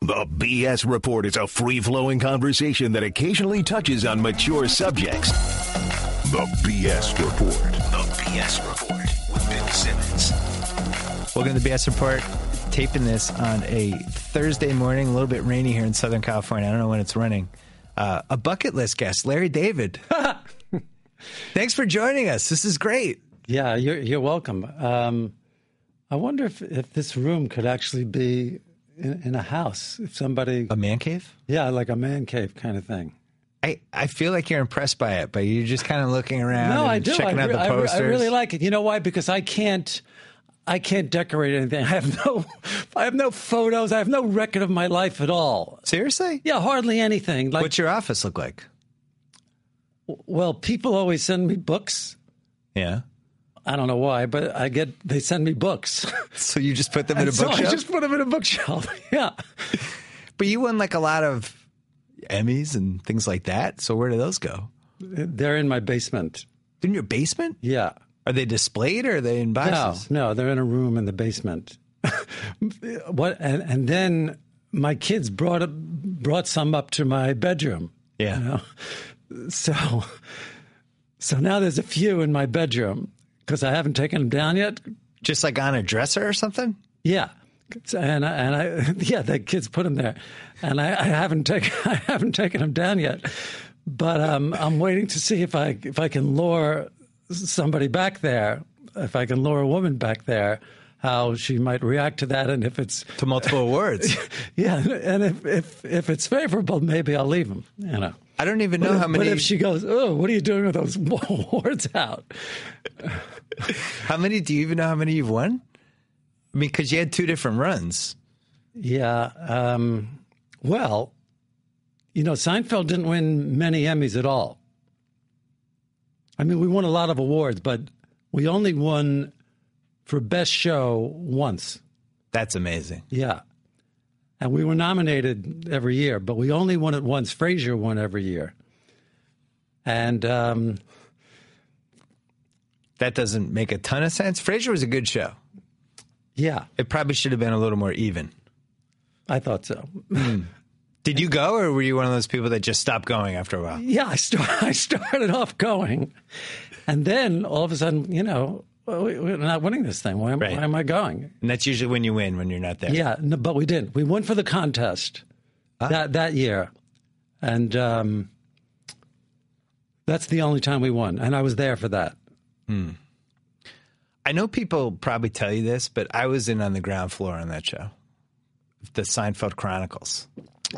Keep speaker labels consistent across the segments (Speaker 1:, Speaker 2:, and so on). Speaker 1: The BS Report is a free flowing conversation that occasionally touches on mature subjects.
Speaker 2: The BS Report.
Speaker 1: The BS Report with Ben Simmons.
Speaker 3: Welcome to the BS Report. Taping this on a Thursday morning, a little bit rainy here in Southern California. I don't know when it's running. Uh, a bucket list guest, Larry David. Thanks for joining us. This is great.
Speaker 4: Yeah, you're you're welcome. Um, I wonder if, if this room could actually be in, in a house. If somebody,
Speaker 3: A man cave?
Speaker 4: yeah, like a man cave kind of thing.
Speaker 3: I, I feel like you're impressed by it, but you're just kind of looking around
Speaker 4: No,
Speaker 3: and
Speaker 4: I do.
Speaker 3: checking
Speaker 4: I,
Speaker 3: out
Speaker 4: re-
Speaker 3: the
Speaker 4: I, re-
Speaker 3: posters.
Speaker 4: I really like it. You know why? Because I can't. I can't decorate anything. I have no. I have no photos. I have no record of my life at all.
Speaker 3: Seriously?
Speaker 4: Yeah, hardly anything. Like,
Speaker 3: What's your office look like?
Speaker 4: well, people always send me books.
Speaker 3: Yeah.
Speaker 4: I don't know why, but I get they send me books.
Speaker 3: So you just put them in a
Speaker 4: And Uh, so
Speaker 3: bookshelf?
Speaker 4: I just put them in a bookshelf. yeah.
Speaker 3: But you won like a lot of Emmys and things like that. So where do those go?
Speaker 4: They're in my basement.
Speaker 3: They're in your basement?
Speaker 4: Yeah.
Speaker 3: Are they displayed or are they in
Speaker 4: No,
Speaker 3: boxes?
Speaker 4: no, they're in a room in the basement. what? And, and then my kids brought up, brought some up to my bedroom.
Speaker 3: Yeah.
Speaker 4: you know? So, so now there's a few in my bedroom because I haven't taken them down yet.
Speaker 3: Just like on a dresser or something?
Speaker 4: Yeah. And I, and I yeah the kids put them there, and I, I haven't taken I haven't taken them down yet, but um, I'm waiting to see if I if I can lure somebody back there, if I can lure a woman back there, how she might react to that, and if it's
Speaker 3: To multiple awards.
Speaker 4: yeah, and if if, if it's favorable, maybe I'll leave them. You know.
Speaker 3: I don't even know how
Speaker 4: But
Speaker 3: many
Speaker 4: if she goes, oh, what are you doing with those awards out?
Speaker 3: how many do you even know how many you've won? I mean, because you had two different runs.
Speaker 4: Yeah. Um, well, you know, Seinfeld didn't win many Emmys at all. I mean, we won a lot of awards, but we only won for Best Show once.
Speaker 3: That's amazing.
Speaker 4: Yeah. And we were nominated every year, but we only won it once. Frasier won every year. And um,
Speaker 3: That doesn't make a ton of sense. Frasier was a good show.
Speaker 4: yeah,
Speaker 3: It probably should have been a little more even.
Speaker 4: I thought so.
Speaker 3: Did you go, or were you one of those people that just stopped going after a while?
Speaker 4: yeah, I, start, I started off going, and then all of a sudden, you know, well, we, we're not winning this thing. Why am,
Speaker 3: Right.
Speaker 4: why am I going?
Speaker 3: And that's usually when you win when you're not there.
Speaker 4: Yeah, no, but we didn't. We won for the contest
Speaker 3: Ah.
Speaker 4: that that year, and um, that's the only time we won. And I was there for that.
Speaker 3: I know people probably tell you this, but I was in on the ground floor on that show, the Seinfeld Chronicles.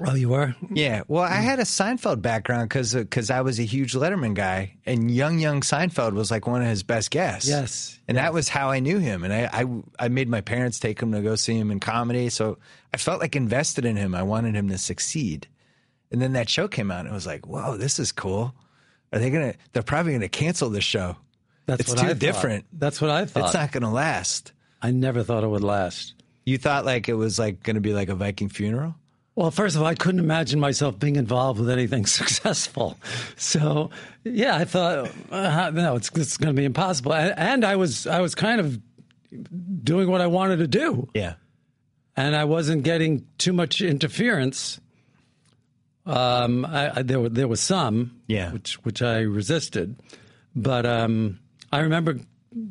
Speaker 4: Oh, you were?
Speaker 3: Yeah, well,
Speaker 4: Mm.
Speaker 3: I had a Seinfeld background because because I was a huge Letterman guy, and young young Seinfeld was like one of his best guests.
Speaker 4: Yes,
Speaker 3: and that was how I knew him, and I, I I made my parents take him to go see him in comedy, so I felt like invested in him. I wanted him to succeed, and then that show came out, and it was like, whoa, this is cool. Are they gonna? They're probably gonna cancel this show.
Speaker 4: That's
Speaker 3: It's
Speaker 4: what
Speaker 3: too
Speaker 4: I thought.
Speaker 3: different.
Speaker 4: That's what I thought.
Speaker 3: It's not gonna last.
Speaker 4: I never thought it would last.
Speaker 3: You thought like it was like going to be like a Viking funeral?
Speaker 4: Well, first of all, I couldn't imagine myself being involved with anything successful. So, yeah, I thought, uh, no, it's, it's going to be impossible. And, and I was, I was kind of doing what I wanted to do,
Speaker 3: Yeah.
Speaker 4: and I wasn't getting too much interference. Um, I, I, there were there was some,
Speaker 3: Yeah.
Speaker 4: which which I resisted, but um, I remember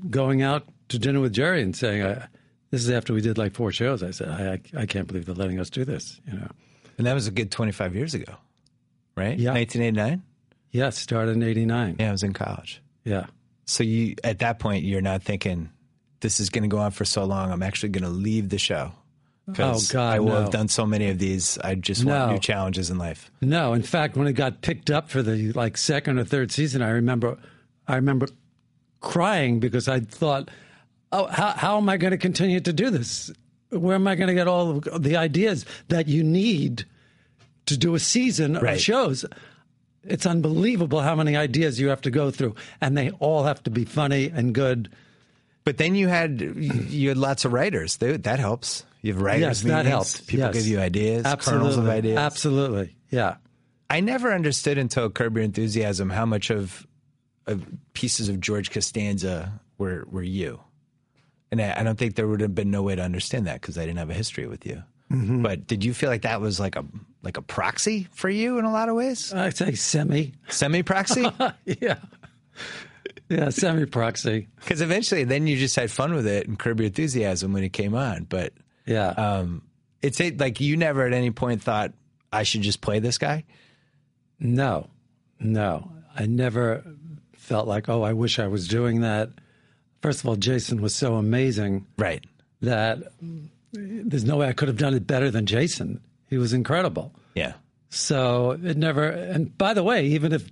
Speaker 4: going out to dinner with Jerry and saying, I, "This is after we did like four shows." I said, "I, I, I can't believe they're letting us do this," you know.
Speaker 3: And that was a good 25 years ago, right?
Speaker 4: Yeah.
Speaker 3: 1989?
Speaker 4: Yeah, it started in '89.
Speaker 3: Yeah, I was in college.
Speaker 4: Yeah.
Speaker 3: So you at that point you're not thinking this is going to go on for so long. I'm actually going to leave the show. 'Cause
Speaker 4: Oh, God,
Speaker 3: I will have
Speaker 4: no.
Speaker 3: done so many of these. I just want
Speaker 4: No.
Speaker 3: new challenges in life.
Speaker 4: No, in fact, when it got picked up for the like second or third season, I remember, I remember crying because I thought, oh, how, how am I going to continue to do this? Where am I going to get all of the ideas that you need to do a season
Speaker 3: Right.
Speaker 4: of shows? It's unbelievable how many ideas you have to go through, and they all have to be funny and good.
Speaker 3: But then you had you had lots of writers. They, that helps. You have writers
Speaker 4: Yes,
Speaker 3: meetings.
Speaker 4: that helps.
Speaker 3: People give you ideas, kernels of ideas.
Speaker 4: Absolutely, yeah.
Speaker 3: I never understood until Curb Your Enthusiasm how much of, of pieces of George Costanza were were you, and I, I don't think there would have been no way to understand that because I didn't have a history with you. But did you feel like that was like a like a proxy for you in a lot of ways?
Speaker 4: I'd say semi.
Speaker 3: Semi proxy?
Speaker 4: Yeah. Yeah, semi proxy.
Speaker 3: Because eventually, then you just had fun with it and curb your enthusiasm when it came on. But
Speaker 4: Yeah.
Speaker 3: it's it, like you never at any point thought I should just play this guy.
Speaker 4: No, no. I never felt like, oh, I wish I was doing that. First of all, Jason was so amazing
Speaker 3: Right.
Speaker 4: that mm, there's no way I could have done it better than Jason. He was incredible.
Speaker 3: Yeah.
Speaker 4: So it never. And by the way, even if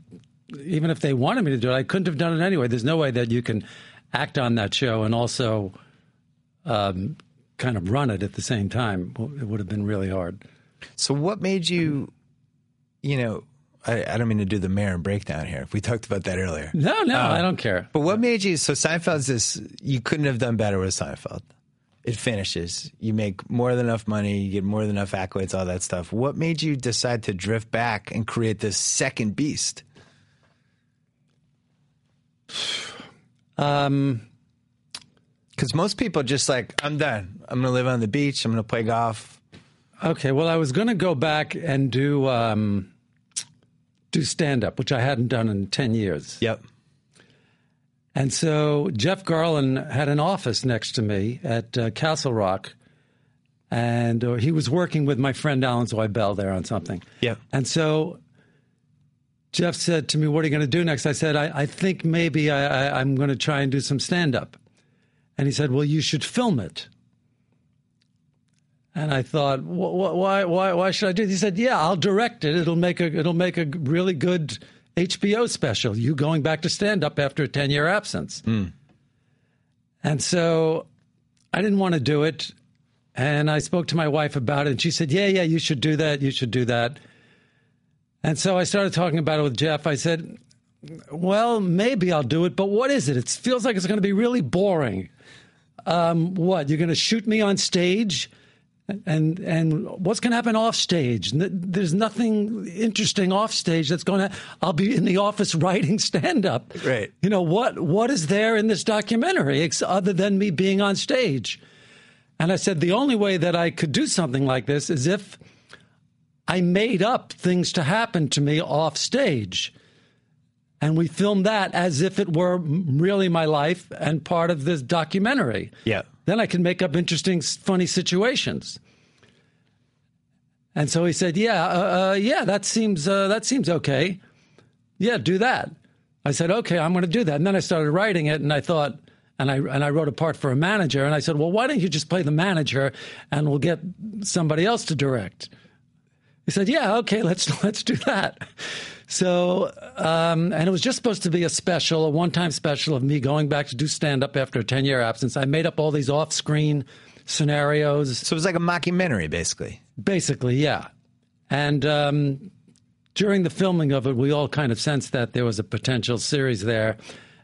Speaker 4: even if they wanted me to do it, I couldn't have done it anyway. There's no way that you can act on that show and also um, kind of run it at the same time. It would have been really hard.
Speaker 3: So what made you, you know, I, I don't mean to do the Marin breakdown here. We talked about that earlier.
Speaker 4: No, no, I don't care.
Speaker 3: But what made you? So Seinfeld's this. You couldn't have done better with Seinfeld. It finishes. You make more than enough money. You get more than enough accolades. All that stuff. What made you decide to drift back and create this second beast? Because most people just like, I'm done. I'm gonna live on the beach. I'm gonna play golf.
Speaker 4: Okay, well, I was going to go back and do um, do stand up, which I hadn't done in ten years.
Speaker 3: Yep.
Speaker 4: And so Jeff Garland had an office next to me at uh, Castle Rock, and uh, he was working with my friend Alan Zweibel there on something.
Speaker 3: Yep.
Speaker 4: And so Jeff said to me, What are you going to do next? I said, I, I think maybe I, I, I'm going to try and do some stand up. And he said, Well, you should film it. And I thought, "Wh- wh- why, why, why should I do? This? He said, "Yeah, I'll direct it. It'll make a, it'll make a really good HBO special. You going back to stand up after a ten year absence." And so, I didn't want to do it, and I spoke to my wife about it, and she said, "Yeah, yeah, you should do that. You should do that." And so I started talking about it with Jeff. I said, "Well, maybe I'll do it, but what is it? It feels like it's going to be really boring. Um, what you're going to shoot me on stage, and and what's going to happen off stage? N- There's nothing interesting off stage that's going to. I'll be in the office writing stand up.
Speaker 3: Right.
Speaker 4: You know what? What is there in this documentary ex- other than me being on stage?" And I said, the only way that I could do something like this is if I made up things to happen to me off stage. And we filmed that as if it were m- really my life and part of this documentary.
Speaker 3: Yeah.
Speaker 4: Then I can make up interesting, s- funny situations. And so he said, "Yeah, uh, uh, yeah, that seems uh, that seems okay. Yeah, do that." I said, "Okay, I'm going to do that." And then I started writing it, and I thought, and I and I wrote a part for a manager, and I said, "Well, why don't you just play the manager, and we'll get somebody else to direct?" He said, "Yeah, okay, let's let's do that." So, um, and it was just supposed to be a special, a one-time special of me going back to do stand-up after a ten-year absence. I made up all these off-screen scenarios.
Speaker 3: So it was like a mockumentary, basically.
Speaker 4: Basically, yeah. And um, during the filming of it, we all kind of sensed that there was a potential series there,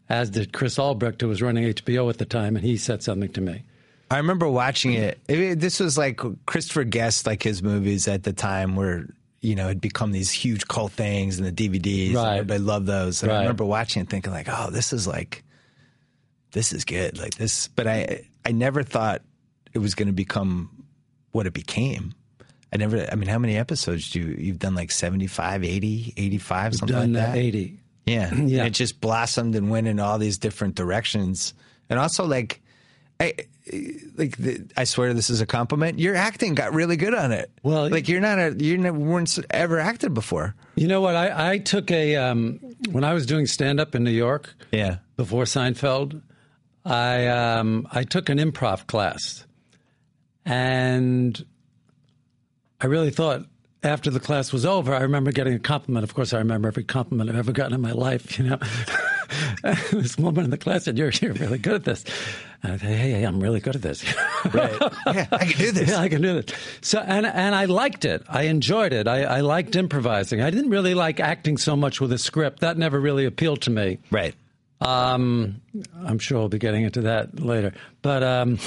Speaker 4: as did Chris Albrecht, who was running HBO at the time, and he said something to me.
Speaker 3: I remember watching it. It- it- This was like Christopher Guest, like his movies at the time were, you know, had become these huge cult things and the DVDs.
Speaker 4: Right.
Speaker 3: And everybody loved those. And I
Speaker 4: Right.
Speaker 3: remember watching it thinking like, oh, this is like, this is good. Like this, but I, I never thought it was going to become what it became. I never, I mean, how many episodes do you, you've done like 75, 80, 85, something
Speaker 4: Done
Speaker 3: like
Speaker 4: uh,
Speaker 3: that?
Speaker 4: 80.
Speaker 3: Yeah.
Speaker 4: Yeah.
Speaker 3: And it just blossomed and went in all these different directions. And also like I like the, I swear this is a compliment. Your acting got really good on it.
Speaker 4: Well,
Speaker 3: like you're not a you never weren't s- ever acted before.
Speaker 4: You know what? I, I took a, um, when I was doing stand up in New York
Speaker 3: Yeah.
Speaker 4: before Seinfeld, I, um, I took an improv class. And I really thought after the class was over, I remember getting a compliment. Of course, I remember every compliment I've ever gotten in my life, you know. this woman in the class said, you're, you're really good at this. And I said, hey, hey, I'm really good at this.
Speaker 3: yeah, I can do this.
Speaker 4: Yeah, I can do this. So and and I liked it. I enjoyed it. I, I liked improvising. I didn't really like acting so much with a script. That never really appealed to me.
Speaker 3: Right.
Speaker 4: Um, I'm sure we'll be getting into that later. But um,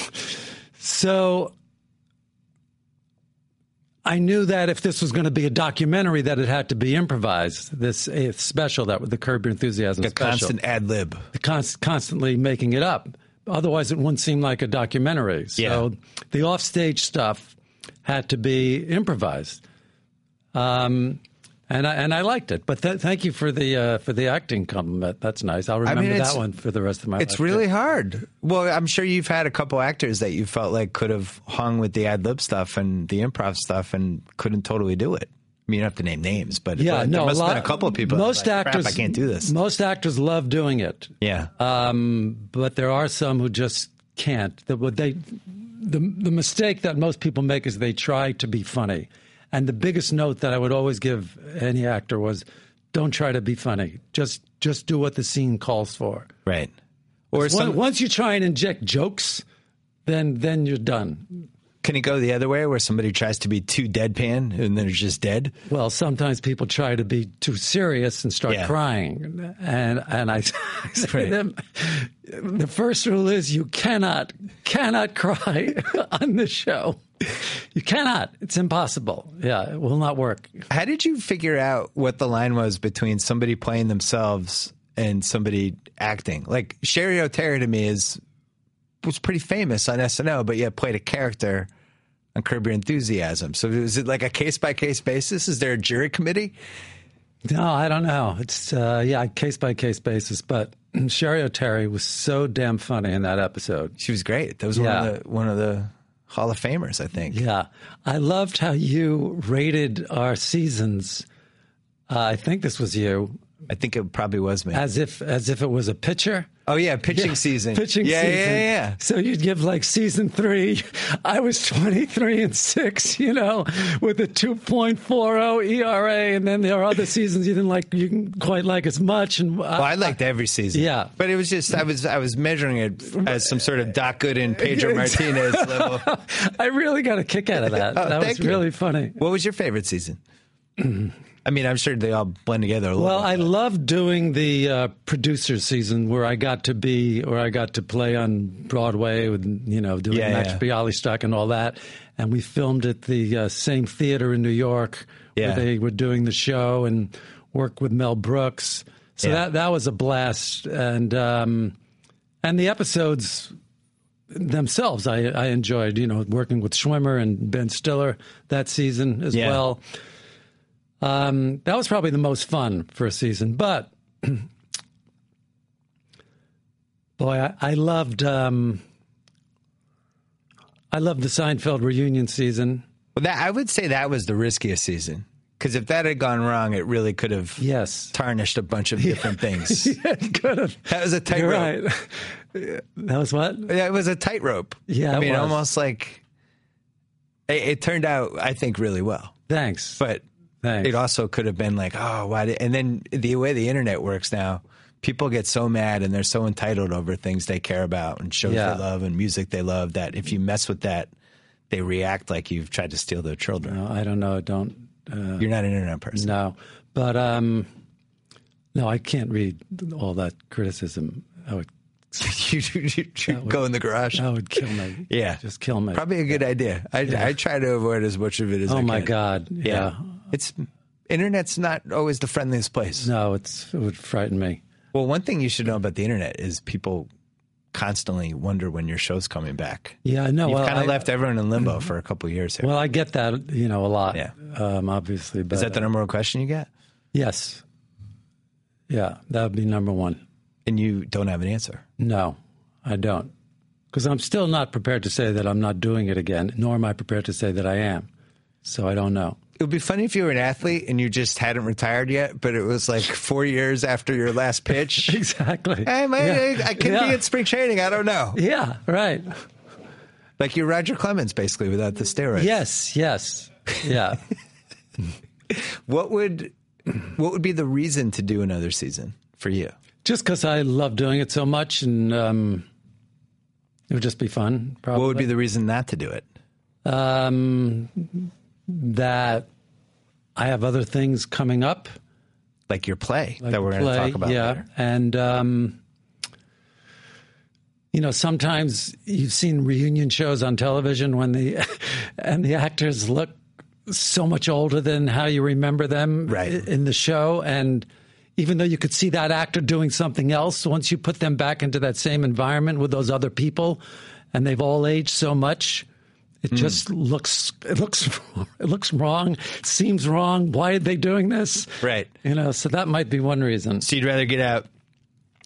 Speaker 4: so I knew that if this was going to be a documentary, that it had to be improvised. This eh, special that the Curb Your Enthusiasm
Speaker 3: A
Speaker 4: special
Speaker 3: constant ad lib.
Speaker 4: const- constantly making it up. Otherwise, it wouldn't seem like a documentary. So
Speaker 3: Yeah.
Speaker 4: the offstage stuff had to be improvised. Um, and I, and I liked it, but th- thank you for the uh, for the acting compliment. That's nice. I'll remember
Speaker 3: mean, it's-
Speaker 4: that one for the rest of my life.
Speaker 3: It's really hard. Well, I'm sure you've had a couple actors that you felt like could have hung with the ad lib stuff and the improv stuff and couldn't totally do it. I mean, you don't have to name names, but
Speaker 4: Yeah,
Speaker 3: there
Speaker 4: no,
Speaker 3: must
Speaker 4: a
Speaker 3: have
Speaker 4: lot,
Speaker 3: been a couple of people. that were
Speaker 4: Most
Speaker 3: like, "Crap,
Speaker 4: actors,
Speaker 3: I can't do this.
Speaker 4: Most actors love doing it,
Speaker 3: yeah,
Speaker 4: um, but there are some who just can't. The, what they, the the mistake that most people make is they try to be funny, and the biggest note that I would always give any actor was, don't try to be funny. Just just do what the scene calls for.
Speaker 3: right. Or
Speaker 4: Once-
Speaker 3: some,
Speaker 4: once you try and inject jokes, then then you're done.
Speaker 3: can it go the other way where somebody tries to be too deadpan and they're just dead?
Speaker 4: Well, sometimes people try to be too serious and start
Speaker 3: Yeah.
Speaker 4: crying, and and I, I say to them, the first rule is you cannot cannot cry on this show. You cannot. It's impossible. Yeah, it will not work.
Speaker 3: How did you figure out what the line was between somebody playing themselves and somebody acting? Like Sherry O'Terry to me is was pretty famous on SNL, but yet played a character on Curb Your Enthusiasm. So is it like a case by case basis? Is there a jury committee?
Speaker 4: No, I don't know. It's uh, yeah, case by case basis. But Sherry O'Terry was so damn funny in that episode.
Speaker 3: She was great. That was one
Speaker 4: Yeah.
Speaker 3: of the one of the Hall of Famers, I think.
Speaker 4: Yeah. I loved how you rated our seasons. Uh, I think this was you,
Speaker 3: I think it probably was me.
Speaker 4: as if as if it was a pitcher.
Speaker 3: oh yeah, pitching season.
Speaker 4: Pitching
Speaker 3: yeah,
Speaker 4: season.
Speaker 3: Yeah, yeah,
Speaker 4: So you'd give like season three. I was 23 and six, you know, with a 2.40 ERA. E And then there are other seasons you didn't like, you didn't quite like as much. And I,
Speaker 3: Well, I liked every season.
Speaker 4: Yeah.
Speaker 3: but it was just I was I was measuring it as some sort of Doc Good and Pedro Martinez level.
Speaker 4: I really got a kick out of that.
Speaker 3: Oh,
Speaker 4: that was
Speaker 3: thank you.
Speaker 4: really funny.
Speaker 3: What was your favorite season? I mean, I'm sure they all blend together a little.
Speaker 4: Well, I loved doing the uh, producer season where I got to be, or I got to play on Broadway with, you know, doing
Speaker 3: Yeah,
Speaker 4: Max
Speaker 3: yeah.
Speaker 4: Bialystock and all that. And we filmed at the uh, same theater in New York
Speaker 3: Yeah.
Speaker 4: where they were doing the show and worked with Mel Brooks. So
Speaker 3: Yeah.
Speaker 4: that, that was a blast. And, um, and the episodes themselves, I, I enjoyed, you know, working with Schwimmer and Ben Stiller that season as
Speaker 3: Yeah.
Speaker 4: well. Um, that was probably the most fun for a season, but boy, I, I loved, um, I loved the Seinfeld reunion season.
Speaker 3: Well, that, I would say that was the riskiest season because if that had gone wrong, it really could have
Speaker 4: Yes.
Speaker 3: tarnished a bunch of different things.
Speaker 4: Could have.
Speaker 3: That was a
Speaker 4: You're
Speaker 3: tightrope.
Speaker 4: right. That was what?
Speaker 3: That was a tightrope.
Speaker 4: Yeah,
Speaker 3: I
Speaker 4: it
Speaker 3: mean,
Speaker 4: was.
Speaker 3: almost like it, it turned out. I think really well,
Speaker 4: Thanks.
Speaker 3: but
Speaker 4: Thanks.
Speaker 3: it also could have been like, oh, why? Did, and then the way the internet works now, people get so mad and they're so entitled over things they care about and shows
Speaker 4: Yeah.
Speaker 3: they love and music they love that if you mess with that, they react like you've tried to steal their children.
Speaker 4: No, I don't know. Don't
Speaker 3: You're not an internet person.
Speaker 4: No, but um, no, I can't read all that criticism. I would,
Speaker 3: you you- you go in the garage.
Speaker 4: I would kill me.
Speaker 3: Yeah.
Speaker 4: just kill me.
Speaker 3: Probably a good idea. I, I try to avoid as much of it as I
Speaker 4: oh
Speaker 3: can.
Speaker 4: my god.
Speaker 3: Yeah.
Speaker 4: Yeah.
Speaker 3: It's internet's not always the friendliest place.
Speaker 4: No, it's it would frighten me.
Speaker 3: Well, one thing you should know about the internet is people constantly wonder when your show's coming back.
Speaker 4: Yeah. No.
Speaker 3: You've
Speaker 4: well,
Speaker 3: kind
Speaker 4: I-
Speaker 3: of left everyone in limbo for a couple of years here.
Speaker 4: Well, I get that you know a lot.
Speaker 3: Yeah.
Speaker 4: Um, obviously, but
Speaker 3: Is that the number one question you get?
Speaker 4: yes. Yeah, that would be number one.
Speaker 3: And you don't have an answer.
Speaker 4: No, I don't, because I'm still not prepared to say that I'm not doing it again, nor am I prepared to say that I am. So I don't know.
Speaker 3: It would be funny if you were an athlete and you just hadn't retired yet, but it was like four years after your last pitch.
Speaker 4: Exactly.
Speaker 3: Hey, man,
Speaker 4: Yeah.
Speaker 3: I, I could
Speaker 4: Yeah.
Speaker 3: be at spring training. I don't know.
Speaker 4: Yeah. Right.
Speaker 3: Like you're Roger Clemens, basically, without the steroids.
Speaker 4: Yes, yes. Yeah.
Speaker 3: What would what would be the reason to do another season for you?
Speaker 4: just because I love doing it so much and um, it would just be fun, probably.
Speaker 3: What would be the reason not to do it?
Speaker 4: um, that I have other things coming up
Speaker 3: Like your play
Speaker 4: like
Speaker 3: that we're going to
Speaker 4: play,
Speaker 3: talk about
Speaker 4: Yeah.
Speaker 3: later.
Speaker 4: And, um, you know, sometimes you've seen reunion shows on television when the and the actors look so much older than how you remember them
Speaker 3: Right.
Speaker 4: i- in the show and even though you could see that actor doing something else once you put them back into that same environment with those other people and they've all aged so much It
Speaker 3: Mm.
Speaker 4: just looks it looks it looks wrong. Seems wrong. Why are they doing this?
Speaker 3: Right.
Speaker 4: You know. So that might be one reason.
Speaker 3: So you'd rather get out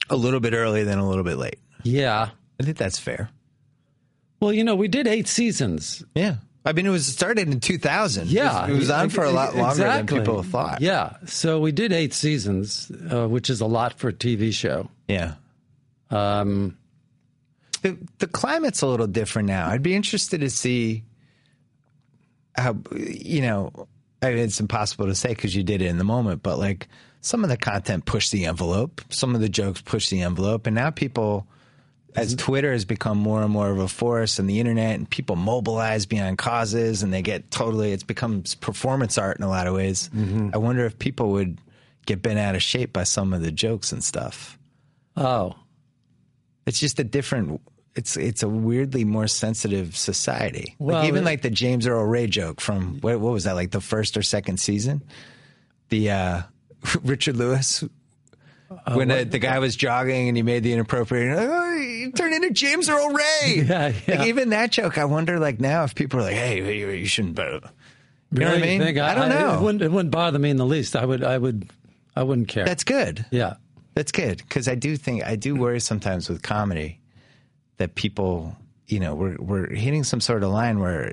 Speaker 3: a little bit early than a little bit late.
Speaker 4: Yeah.
Speaker 3: I think that's fair.
Speaker 4: Well, you know, we did eight seasons.
Speaker 3: Yeah. I mean, it was started in 2000.
Speaker 4: Yeah,
Speaker 3: It was, it was on for a lot longer
Speaker 4: exactly.
Speaker 3: than people thought.
Speaker 4: Yeah, so we did eight seasons, uh, which is a lot for a TV show.
Speaker 3: Yeah.
Speaker 4: Um,
Speaker 3: The, the climate's a little different now. I'd be interested to see how, you know, I mean, it's impossible to say because you did it in the moment, but like some of the content pushed the envelope, some of the jokes pushed the envelope. And now people, as Twitter has become more and more of a force and the internet and people mobilize beyond causes and they get totally, it's becomes performance art in a lot of ways. I wonder if people would get bent out of shape by some of the jokes and stuff.
Speaker 4: oh,
Speaker 3: It's just a different. It's it's a weirdly more sensitive society.
Speaker 4: Well,
Speaker 3: like even
Speaker 4: it-
Speaker 3: like the James Earl Ray joke from what, what was that like the first or second season? The uh, Richard Lewis when uh the guy was jogging and he made the inappropriate oh, you turn into James Earl Ray.
Speaker 4: Yeah, yeah.
Speaker 3: Like even that joke, I wonder like now if people are like, hey, you, you shouldn't. But you know what I
Speaker 4: really?
Speaker 3: mean?
Speaker 4: Think
Speaker 3: I don't know.
Speaker 4: It wouldn't, it wouldn't bother me in the least. I would, I would, I wouldn't care.
Speaker 3: That's good.
Speaker 4: yeah,
Speaker 3: That's good because I do think I do worry sometimes with comedy that people, you know, we're we're hitting some sort of line where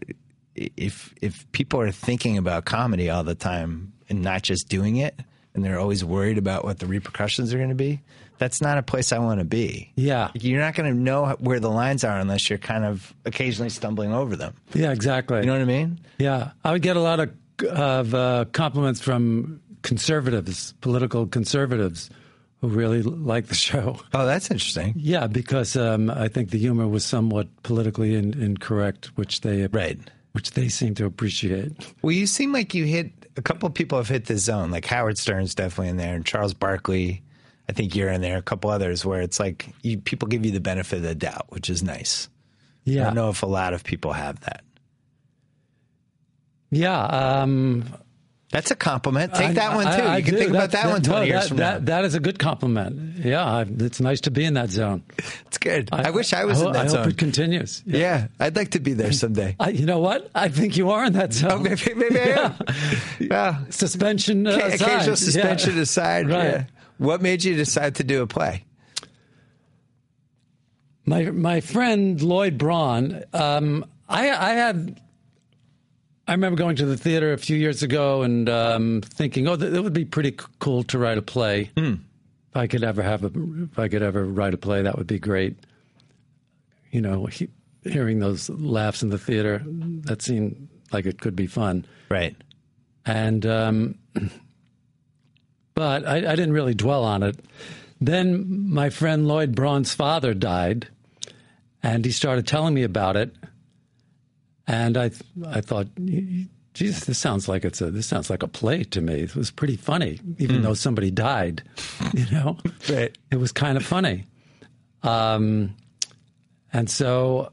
Speaker 3: i- if if people are thinking about comedy all the time and not just doing it, and they're always worried about what the repercussions are going to be, that's not a place I want to be.
Speaker 4: yeah,
Speaker 3: You're not going to know where the lines are unless you're kind of occasionally stumbling over them.
Speaker 4: yeah, exactly.
Speaker 3: You know what I mean?
Speaker 4: yeah, I would get a lot of of uh, compliments from conservatives, political conservatives, who really like the show.
Speaker 3: Oh, that's interesting.
Speaker 4: Yeah, because um, I think the humor was somewhat politically in, incorrect, which they
Speaker 3: Right.
Speaker 4: which they seem to appreciate.
Speaker 3: Well, you seem like you hit a couple people have hit the zone. Like Howard Stern's definitely in there, and Charles Barkley. I think you're in there. A couple others where it's like you, people give you the benefit of the doubt, which is nice. I
Speaker 4: Yeah,
Speaker 3: don't know if a lot of people have that.
Speaker 4: yeah. Um,
Speaker 3: That's a compliment. Take
Speaker 4: I-
Speaker 3: that one too.
Speaker 4: I- I
Speaker 3: you can
Speaker 4: do.
Speaker 3: think about that, one
Speaker 4: no,
Speaker 3: 20 years
Speaker 4: that-
Speaker 3: from
Speaker 4: that,
Speaker 3: now.
Speaker 4: That is a good compliment. Yeah, I, it's nice to be in that zone.
Speaker 3: It's good. I, wish I was
Speaker 4: ho-
Speaker 3: in that
Speaker 4: I
Speaker 3: zone.
Speaker 4: hope it continues.
Speaker 3: yeah. I'd like to be there someday. Oh,
Speaker 4: I, you know what? I think you are in that zone.
Speaker 3: maybe, maybe
Speaker 4: Yeah.
Speaker 3: I am. Yeah.
Speaker 4: Suspension uh,
Speaker 3: Ca-
Speaker 4: aside.
Speaker 3: Occasional
Speaker 4: Yeah.
Speaker 3: suspension aside.
Speaker 4: Right.
Speaker 3: yeah. What made you decide to do a play?
Speaker 4: My my friend Lloyd Braun, um, I I had. I remember going to the theater a few years ago and um, thinking, oh, th- it would be pretty c- cool to write a play. If I could ever have a, if I could ever write a play, that would be great. You know, he, hearing those laughs in the theater, that seemed like it could be fun.
Speaker 3: Right.
Speaker 4: And um, but I, I didn't really dwell on it. Then my friend Lloyd Braun's father died, and he started telling me about it. And I I thought, Jesus, this sounds like it's a this sounds like a play to me. It was pretty funny, even though somebody died. You know,
Speaker 3: Right.
Speaker 4: it was kind of funny. Um, and so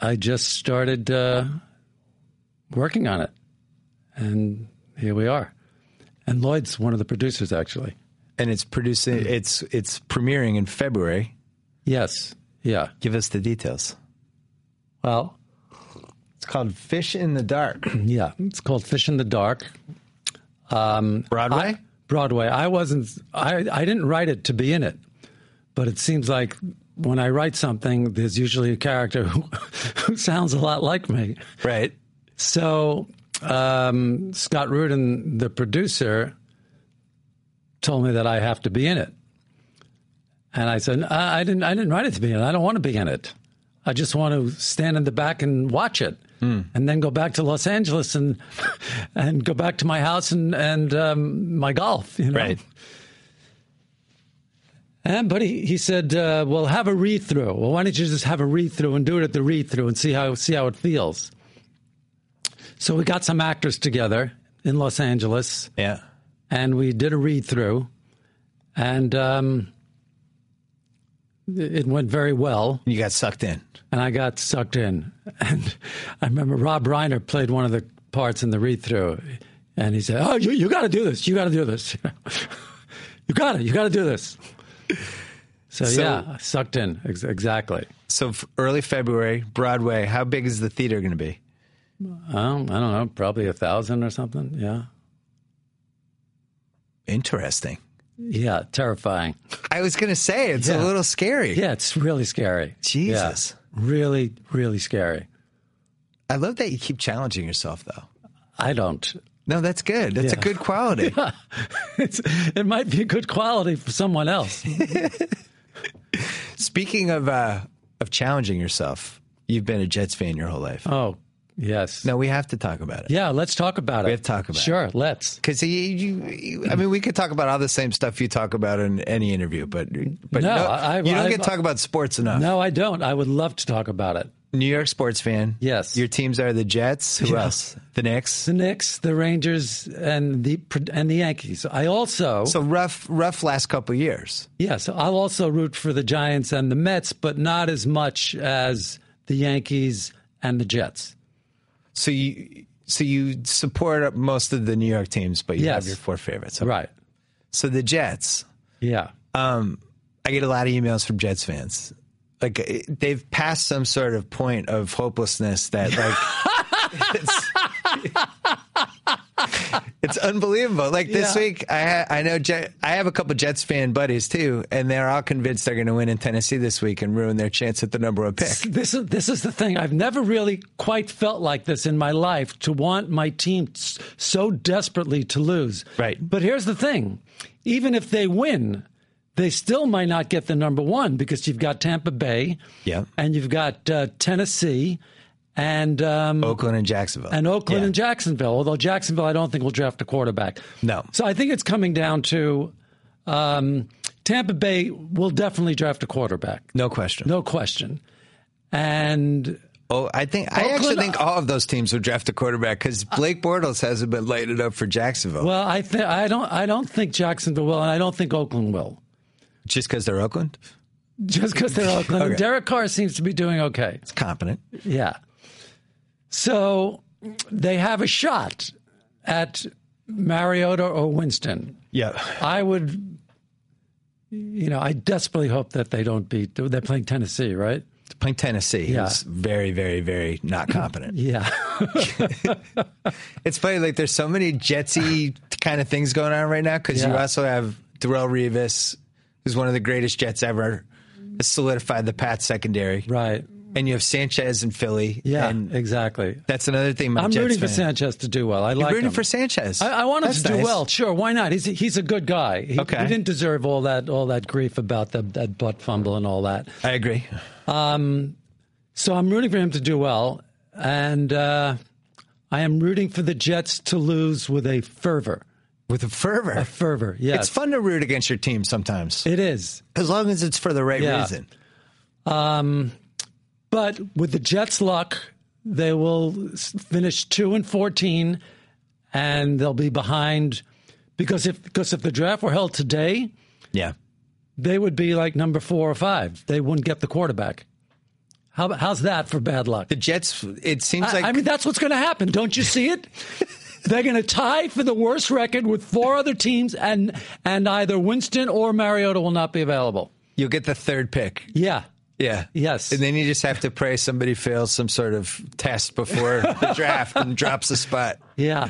Speaker 4: I just started uh, working on it. And here we are. And Lloyd's one of the producers, actually.
Speaker 3: And it's producing. It's it's premiering in February.
Speaker 4: Yes. Yeah.
Speaker 3: Give us the details.
Speaker 4: Well,
Speaker 3: It's called Fish in the Dark.
Speaker 4: yeah. It's called Fish in the Dark.
Speaker 3: Broadway?
Speaker 4: Broadway. I wasn't. I I didn't write it to be in it, but it seems like when I write something, there's usually a character who, who sounds a lot like me.
Speaker 3: right.
Speaker 4: So um, Scott Rudin, the producer, told me that I have to be in it, and I said I, I didn't. I didn't write it to be in it. I don't want to be in it. I just want to stand in the back and watch it, and then go back to Los Angeles and and go back to my house and and um, my golf. You know?
Speaker 3: Right.
Speaker 4: And but Eh, he, he said, uh, "Well, have a read through. Well, why don't you just have a read through and do it at the read through and see how see how it feels." So we got some actors together in Los Angeles,
Speaker 3: Yeah.
Speaker 4: and we did a read through, and um, it went very well.
Speaker 3: You got sucked in.
Speaker 4: And I got sucked in. And I remember Rob Reiner played one of the parts in the read through, and he said, "Oh, you you got to do this. You got to do this. you got to you got to do this." So,
Speaker 3: So-
Speaker 4: yeah, sucked in Ex- exactly.
Speaker 3: So f- early February, Broadway. How big is the theater going to be?
Speaker 4: Um, I don't know, probably a thousand or something. Yeah,
Speaker 3: Interesting.
Speaker 4: yeah, terrifying.
Speaker 3: I was going to say it's
Speaker 4: Yeah.
Speaker 3: a little scary.
Speaker 4: Yeah, it's really scary.
Speaker 3: Jesus.
Speaker 4: Yeah, really, really scary.
Speaker 3: I love that you keep challenging yourself, though.
Speaker 4: I don't.
Speaker 3: No, that's good. That's a
Speaker 4: Yeah.
Speaker 3: good quality.
Speaker 4: It's, it might be a good quality for someone else.
Speaker 3: Speaking of uh, of challenging yourself, you've been a Jets fan your whole life.
Speaker 4: Oh, yes.
Speaker 3: No, we have to talk about it
Speaker 4: Yeah, let's talk about it.
Speaker 3: have to talk about it.
Speaker 4: sure, let's.
Speaker 3: because you, you, you- I mean, we could talk about all the same stuff you talk about in any interview, but but
Speaker 4: No, I-
Speaker 3: you don't
Speaker 4: I-
Speaker 3: get to talk about sports enough.
Speaker 4: No, I don't. I would love to talk about it.
Speaker 3: New York sports fan.
Speaker 4: Yes.
Speaker 3: your teams are the Jets. Who
Speaker 4: Yeah.
Speaker 3: else? The Knicks.
Speaker 4: The Knicks, the Rangers, and the and the Yankees. I also
Speaker 3: So rough, rough last couple years.
Speaker 4: Yes, I'll also root for the Giants and the Mets, but not as much as the Yankees and the Jets.
Speaker 3: So you so you support most of the New York teams, but you
Speaker 4: Yes.
Speaker 3: have your four favorites.
Speaker 4: Right.
Speaker 3: So the Jets.
Speaker 4: Yeah.
Speaker 3: I get a lot of emails from Jets fans. Like it- they've passed some sort of point of hopelessness that like it's, it's unbelievable. Like this
Speaker 4: Yeah.
Speaker 3: week, I ha- I know Jet, I have a couple Jets fan buddies too, and they're all convinced they're going to win in Tennessee this week and ruin their chance at the number one pick.
Speaker 4: this is this is the thing. I've never really quite felt like this in my life to want my team s- so desperately to lose.
Speaker 3: Right.
Speaker 4: But here's the thing: even if they win, they still might not get the number one because you've got Tampa Bay,
Speaker 3: Yeah.
Speaker 4: and you've got uh, Tennessee, and um,
Speaker 3: Oakland and Jacksonville
Speaker 4: and Oakland
Speaker 3: Yeah.
Speaker 4: and Jacksonville. Although Jacksonville, I don't think will draft a quarterback.
Speaker 3: No.
Speaker 4: So I think it's coming down to um, Tampa Bay will definitely draft a quarterback,
Speaker 3: no question.
Speaker 4: no question. And
Speaker 3: Oh, I think I actually
Speaker 4: Oakland- uh,
Speaker 3: think all of those teams would draft a quarterback because Blake Bortles hasn't been lighted up for Jacksonville
Speaker 4: well, I think I don't I don't think Jacksonville will, and I don't think Oakland will,
Speaker 3: just because they're Oakland.
Speaker 4: just because they're Oakland.
Speaker 3: Okay.
Speaker 4: Derek Carr seems to be doing okay.
Speaker 3: It's competent.
Speaker 4: Yeah. So they have a shot at Mariota or Winston.
Speaker 3: Yeah.
Speaker 4: I would, you know, I desperately hope that they don't beat. They're playing Tennessee, right?
Speaker 3: playing Tennessee.
Speaker 4: Yeah.
Speaker 3: who's very, very, very not competent.
Speaker 4: Yeah,
Speaker 3: it's funny, like there's so many Jetsy kind of things going on right now because you
Speaker 4: Yeah.
Speaker 3: also have Darrell Revis, who's one of the greatest Jets ever, has solidified the Pat secondary,
Speaker 4: right.
Speaker 3: and you have Sanchez in Philly.
Speaker 4: Yeah,
Speaker 3: and
Speaker 4: exactly.
Speaker 3: that's another thing. My
Speaker 4: I'm
Speaker 3: Jets
Speaker 4: rooting for
Speaker 3: fan-
Speaker 4: Sanchez to do well. I like
Speaker 3: Rooting
Speaker 4: him.
Speaker 3: for Sanchez.
Speaker 4: I, I want him
Speaker 3: That's
Speaker 4: to do
Speaker 3: nice.
Speaker 4: well. Sure, why not? He's he's a good guy. He,
Speaker 3: Okay.
Speaker 4: he didn't deserve all that all that grief about the, that butt fumble and all that.
Speaker 3: I agree.
Speaker 4: So I'm rooting for him to do well, and uh, I am rooting for the Jets to lose with a fervor.
Speaker 3: With a fervor.
Speaker 4: Fervor. Yes,
Speaker 3: It's fun to root against your team sometimes,
Speaker 4: It is.
Speaker 3: as long as it's for the right
Speaker 4: Yeah.
Speaker 3: reason.
Speaker 4: But with the Jets' luck, they will s- finish two and fourteen, and they'll be behind because if because if the draft were held today,
Speaker 3: Yeah.
Speaker 4: they would be like number four or five. They wouldn't get the quarterback. How, how's that for bad luck?
Speaker 3: The Jets, it seems
Speaker 4: I-
Speaker 3: like.
Speaker 4: I mean, that's what's going to happen. Don't you see it? They're going to tie for the worst record with four other teams, and and either Winston or Mariota will not be available.
Speaker 3: You'll get the third pick.
Speaker 4: Yeah,
Speaker 3: Yeah.
Speaker 4: Yes.
Speaker 3: And then you just have to pray somebody fails some sort of test before the draft and drops the spot.
Speaker 4: yeah.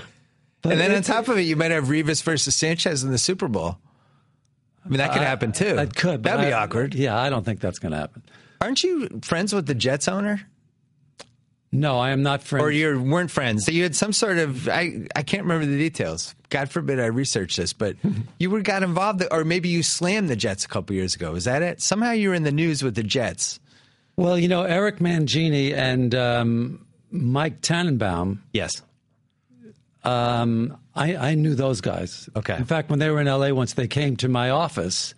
Speaker 4: But
Speaker 3: And then on
Speaker 4: it's-
Speaker 3: top of it, you might have Revis versus Sanchez in the Super Bowl. I mean, that could happen too.
Speaker 4: That could. but
Speaker 3: That'd be
Speaker 4: I-
Speaker 3: awkward.
Speaker 4: Yeah, I don't think that's going to happen.
Speaker 3: Aren't you friends with the Jets owner?
Speaker 4: No, I am not friends.
Speaker 3: Or you weren't friends? So you had some sort of, I, I can't remember the details. God forbid I researched this, but you were got involved, or maybe you slammed the Jets a couple years ago. Is that it? Somehow you were in the news with the Jets.
Speaker 4: well, you know, Eric Mangini and um, Mike Tannenbaum.
Speaker 3: Yes.
Speaker 4: Um, I, I knew those guys.
Speaker 3: Okay.
Speaker 4: In fact, when they were in LA once, they came to my office,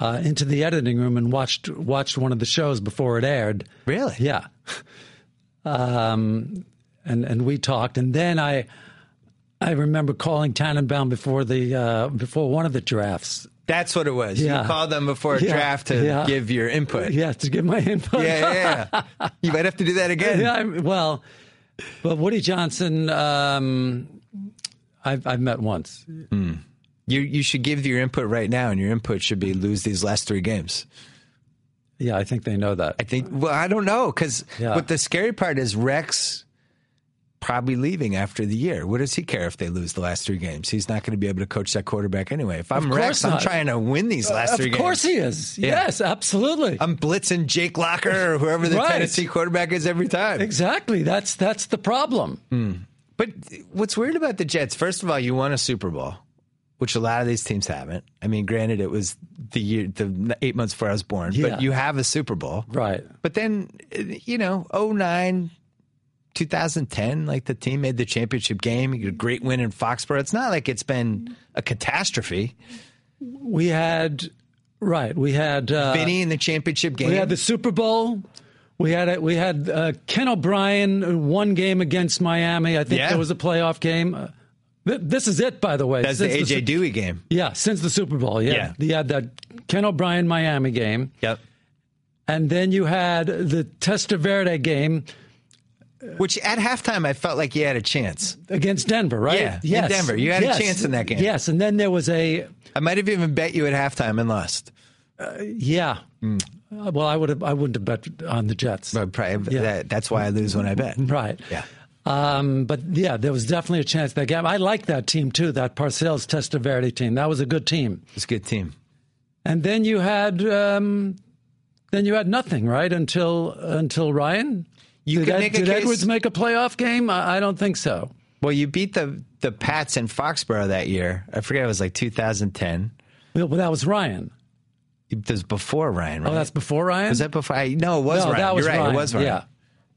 Speaker 4: uh, into the editing room, and watched watched one of the shows before it aired.
Speaker 3: Really?
Speaker 4: Yeah. Um, and and we talked, and then I I remember calling Tannenbaum before the uh, before one of the drafts.
Speaker 3: That's what it was.
Speaker 4: Yeah.
Speaker 3: You called them before a
Speaker 4: Yeah.
Speaker 3: draft to
Speaker 4: Yeah.
Speaker 3: give your input. Yeah.
Speaker 4: Yeah, to give my input.
Speaker 3: yeah, yeah, You might have to do that again.
Speaker 4: Yeah, I- well, but Woody Johnson, um, I've I've met once,
Speaker 3: You you should give your input right now, and your input should be lose these last three games.
Speaker 4: Yeah, I think they know that.
Speaker 3: I think. Well, I don't know because
Speaker 4: Yeah.
Speaker 3: what the scary part is Rex probably leaving after the year. What does he care if they lose the last three games? He's not going to be able to coach that quarterback anyway. If I'm
Speaker 4: course
Speaker 3: Rex, I'm
Speaker 4: not. Uh,
Speaker 3: trying to win these last
Speaker 4: of
Speaker 3: three games.
Speaker 4: course he is.
Speaker 3: Yeah. Uh,
Speaker 4: Yes, absolutely.
Speaker 3: I'm blitzing Jake Locker or whoever the
Speaker 4: Right.
Speaker 3: Tennessee quarterback is every time.
Speaker 4: exactly. That's that's the problem.
Speaker 3: Hmm. But what's weird about the Jets, first of all, you won a Super Bowl, which a lot of these teams haven't. I mean, granted, it was the year, the eight months before I was born,
Speaker 4: Yeah.
Speaker 3: but you have a Super Bowl.
Speaker 4: Right.
Speaker 3: But then, you know, 09, 2010, like the team made the championship game. You had a great win in Foxborough. It's not like it's been a catastrophe.
Speaker 4: We had right. We had uh,
Speaker 3: Vinny in the championship game.
Speaker 4: We had the Super Bowl. We had a, we had uh, Ken O'Brien uh, one game against Miami. I think
Speaker 3: Yeah.
Speaker 4: there was a playoff game. Uh, th- this is it, by the way.
Speaker 3: That's the
Speaker 4: Since
Speaker 3: AJ
Speaker 4: Su-
Speaker 3: Dewey game.
Speaker 4: yeah, since the Super Bowl. Yeah,
Speaker 3: Yeah.
Speaker 4: you had that Ken O'Brien Miami game,
Speaker 3: Yep.
Speaker 4: and then you had the Testaverde game
Speaker 3: Which at halftime, I felt like you had a chance.
Speaker 4: against Denver, right?
Speaker 3: Yeah, in Denver. You had a chance in that game.
Speaker 4: Yes, and then there was a
Speaker 3: I might have even bet you at halftime and lost.
Speaker 4: yeah.
Speaker 3: Mm.
Speaker 4: Uh, well, I would have I wouldn't have bet on the Jets.
Speaker 3: But probably,
Speaker 4: Yeah.
Speaker 3: that, that's why I lose when I bet.
Speaker 4: Right.
Speaker 3: Yeah.
Speaker 4: Um, but yeah, there was definitely a chance that game. I like that team too, that Parcells Testaverde team. That was a good team.
Speaker 3: It's a good team.
Speaker 4: And then you had um, then you had nothing, right? Until until Ryan.
Speaker 3: You
Speaker 4: did
Speaker 3: could
Speaker 4: Ed-
Speaker 3: make a
Speaker 4: did
Speaker 3: case-
Speaker 4: Edwards make a playoff game? I, I don't think so.
Speaker 3: Well, you beat the the Pats in Foxborough that year. I forget it was like 2010.
Speaker 4: Well, that was Ryan.
Speaker 3: It was before Ryan. Right?
Speaker 4: Oh, that's before Ryan.
Speaker 3: was that before? I, no, it was
Speaker 4: no,
Speaker 3: Ryan.
Speaker 4: that was
Speaker 3: You're right.
Speaker 4: Ryan.
Speaker 3: It was Ryan.
Speaker 4: Yeah.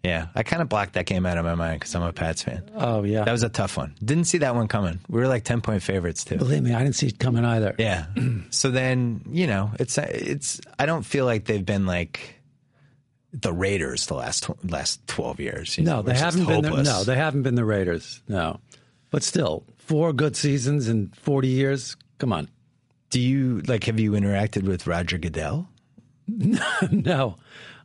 Speaker 3: Yeah, I kind of blocked that game out of my mind because I'm a Pats fan.
Speaker 4: Oh yeah.
Speaker 3: That was a tough one. Didn't see that one coming. We were like 10 point favorites too.
Speaker 4: Believe me, I didn't see it coming either.
Speaker 3: Yeah. so then you know it's it's I don't feel like they've been like the Raiders the last tw- last 12 years. you know,
Speaker 4: No, they
Speaker 3: which is
Speaker 4: haven't been. The,
Speaker 3: hopeless.
Speaker 4: no, they haven't been the Raiders. No, but still, four good seasons in forty years. Come on.
Speaker 3: Do you like have you interacted with Roger Goodell?
Speaker 4: No,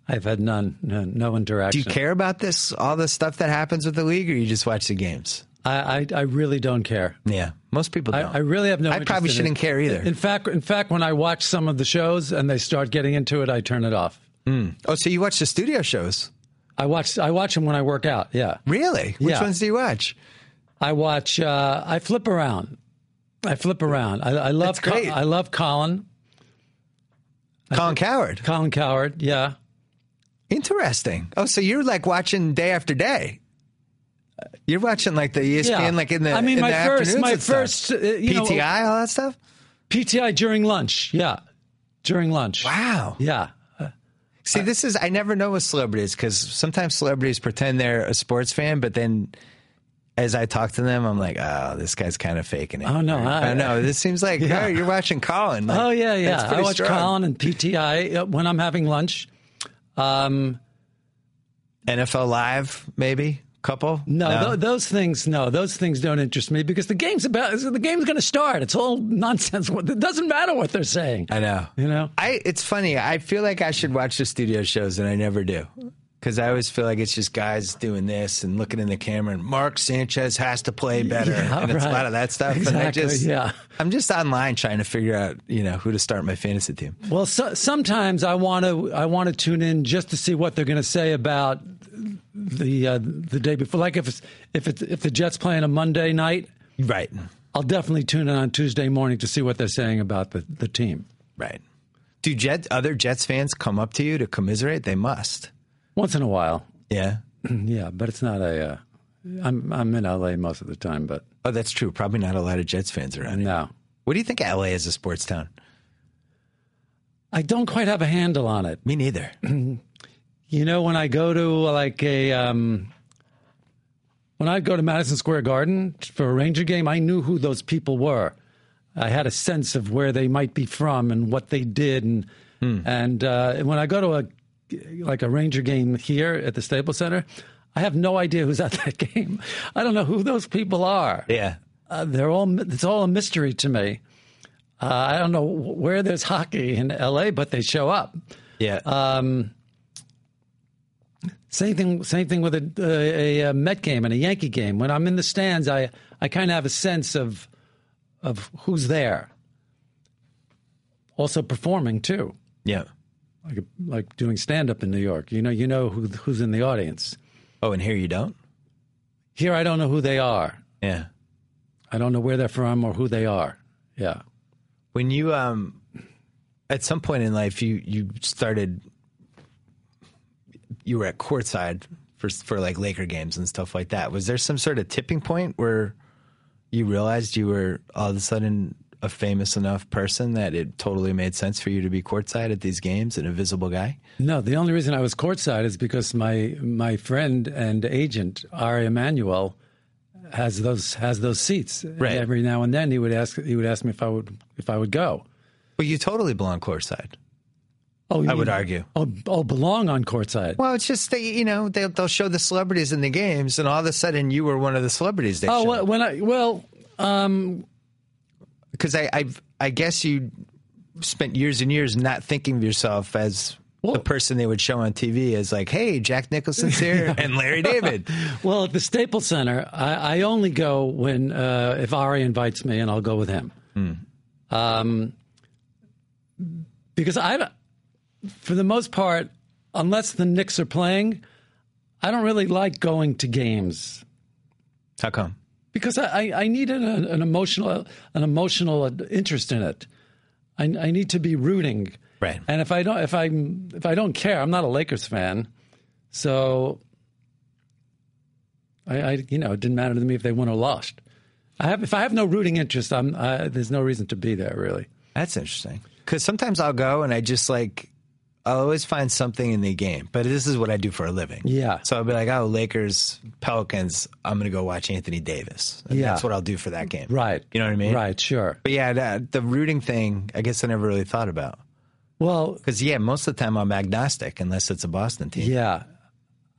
Speaker 4: I've had none, no, no
Speaker 3: Do
Speaker 4: interaction.
Speaker 3: you care about this all the stuff that happens with the league, or you just watch the games?
Speaker 4: I, I, I really don't care.
Speaker 3: Yeah, most people
Speaker 4: I,
Speaker 3: don't.
Speaker 4: I really have no.
Speaker 3: I
Speaker 4: interest
Speaker 3: probably
Speaker 4: in it.
Speaker 3: shouldn't care either.
Speaker 4: In fact, in fact, when I watch some of the shows and they start getting into it, I turn it off.
Speaker 3: oh, so you watch the studio shows?
Speaker 4: I watch I watch them when I work out. Yeah,
Speaker 3: Really? Which
Speaker 4: Yeah.
Speaker 3: ones do you watch?
Speaker 4: I watch. Uh, I flip around. I flip around. I, I love.
Speaker 3: That's great.
Speaker 4: Col- I love Colin.
Speaker 3: Colin Coward.
Speaker 4: Colin Coward. Yeah.
Speaker 3: Interesting. Oh, so you're like watching day after day. You're watching like the E ESPN,
Speaker 4: Yeah.
Speaker 3: like in the
Speaker 4: I mean,
Speaker 3: in
Speaker 4: my
Speaker 3: the
Speaker 4: first-
Speaker 3: afternoons
Speaker 4: my
Speaker 3: and stuff.
Speaker 4: first, uh, you know-
Speaker 3: PTI, all that stuff.
Speaker 4: PTI during lunch. Yeah. During lunch.
Speaker 3: Wow.
Speaker 4: Yeah. Uh,
Speaker 3: See, this is I never know with celebrities because sometimes celebrities pretend they're a sports fan, but then as I talk to them, I'm like, oh, this guy's kind of faking it.
Speaker 4: Oh, no, I-
Speaker 3: I know. This seems like
Speaker 4: Yeah.
Speaker 3: oh, you're watching Colin. Like,
Speaker 4: Oh yeah,
Speaker 3: that's
Speaker 4: yeah. I
Speaker 3: pretty
Speaker 4: watch
Speaker 3: strong.
Speaker 4: Colin and PTI uh, when I'm having lunch.
Speaker 3: NFL Live, maybe couple.
Speaker 4: No, tho- those things. No, those things don't interest me because the game's about the game's going to start. It's all nonsense. What- It doesn't matter what they're saying.
Speaker 3: I know.
Speaker 4: You know.
Speaker 3: I it's funny. I feel like I should watch the studio shows, and I never do. Because I always feel like it's just guys doing this and looking in the camera, and Mark Sanchez has to play better,
Speaker 4: Yeah,
Speaker 3: and it's a
Speaker 4: right.
Speaker 3: lot of that stuff. and I
Speaker 4: Exactly,
Speaker 3: just,
Speaker 4: yeah.
Speaker 3: I'm just online trying to figure out, you know, who to start my fantasy team.
Speaker 4: Well, so, sometimes I want to I want to tune in just to see what they're going to say about the uh, the day before. Like if it's, if it's, if the Jets play on a Monday night,
Speaker 3: Right,
Speaker 4: I'll definitely tune in on Tuesday morning to see what they're saying about the, the team.
Speaker 3: right. Do Jet other Jets fans come up to you to commiserate? They must.
Speaker 4: Once in a while,
Speaker 3: Yeah.
Speaker 4: yeah, but it's not a. Uh, I'm I'm in LA most of the time, but
Speaker 3: Oh, that's true. Probably not a lot of Jets fans around. here.
Speaker 4: no.
Speaker 3: What do you think? LA is a sports town.
Speaker 4: I don't quite have a handle on it.
Speaker 3: Me neither.
Speaker 4: You know, when I go to like a um, when I go to Madison Square Garden for a Ranger game, I knew who those people were. I had a sense of where they might be from and what they did, and and uh, and when I go to a like a Ranger game here at the Staples Center, I have no idea who's at that game. I don't know who those people are.
Speaker 3: yeah.
Speaker 4: Uh, they're all it's all a mystery to me. Uh, I don't know where there's hockey in L.A., but they show up.
Speaker 3: Yeah.
Speaker 4: Uh, Same thing. Same thing with a, a, a Met game and a Yankee game. When I'm in the stands, I I kind of have a sense of of who's there, also performing too,
Speaker 3: Yeah.
Speaker 4: like like doing stand up in New York. You know, you know who, who's in the audience.
Speaker 3: Oh, and here you don't?
Speaker 4: Here, I don't know who they are.
Speaker 3: Yeah.
Speaker 4: I don't know where they're from or who they are. Yeah.
Speaker 3: When you um at some point in life you you started you were at courtside for for like Laker games and stuff like that. Was there some sort of tipping point where you realized you were all of a sudden a famous enough person that it totally made sense for you to be courtside at these games and a visible guy?
Speaker 4: No, the only reason I was courtside is because my my friend and agent Ari Emanuel has those has those seats. And
Speaker 3: Right.
Speaker 4: Every now and then he would ask he would ask me if I would if I would go.
Speaker 3: Well, you totally belong courtside.
Speaker 4: Oh,
Speaker 3: I would argue.
Speaker 4: Oh, b- oh, belong on courtside.
Speaker 3: Well, it's just they, you know, they, they'll show the celebrities in the games, and all of a sudden you were one of the celebrities. They
Speaker 4: Oh,
Speaker 3: showed.
Speaker 4: well, when I well,
Speaker 3: because I, I I guess you spent years and years not thinking of yourself as
Speaker 4: Well-
Speaker 3: the person they would show on TV as like, hey, Jack Nicholson's here and Larry David.
Speaker 4: well at the Staples Center, I, I only go when uh, if Ari invites me, and I'll go with him. Um, because I, don't- for the most part, unless the Knicks are playing, I don't really like going to games
Speaker 3: How come?
Speaker 4: because I, I, I need an, an emotional an emotional interest in it. I, I need to be rooting.
Speaker 3: Right.
Speaker 4: And if I don't if I if I don't care, I'm not a Lakers fan, so I, I you know it didn't matter to me if they won or lost. I have if I have no rooting interest, I'm I, there's no reason to be there really.
Speaker 3: That's interesting. Because sometimes I'll go and I just like, I'll always find something in the game, but this is what I do for a living.
Speaker 4: Yeah.
Speaker 3: So I'll be like, oh, Lakers, Pelicans, I'm going to go watch Anthony Davis. And
Speaker 4: Yeah.
Speaker 3: That's what I'll do for that game.
Speaker 4: Right.
Speaker 3: You know what I mean?
Speaker 4: Right. Sure.
Speaker 3: But yeah, that, the rooting thing, I guess I never really thought about.
Speaker 4: Well,
Speaker 3: Because yeah, most of the time I'm agnostic unless it's a Boston team.
Speaker 4: Yeah.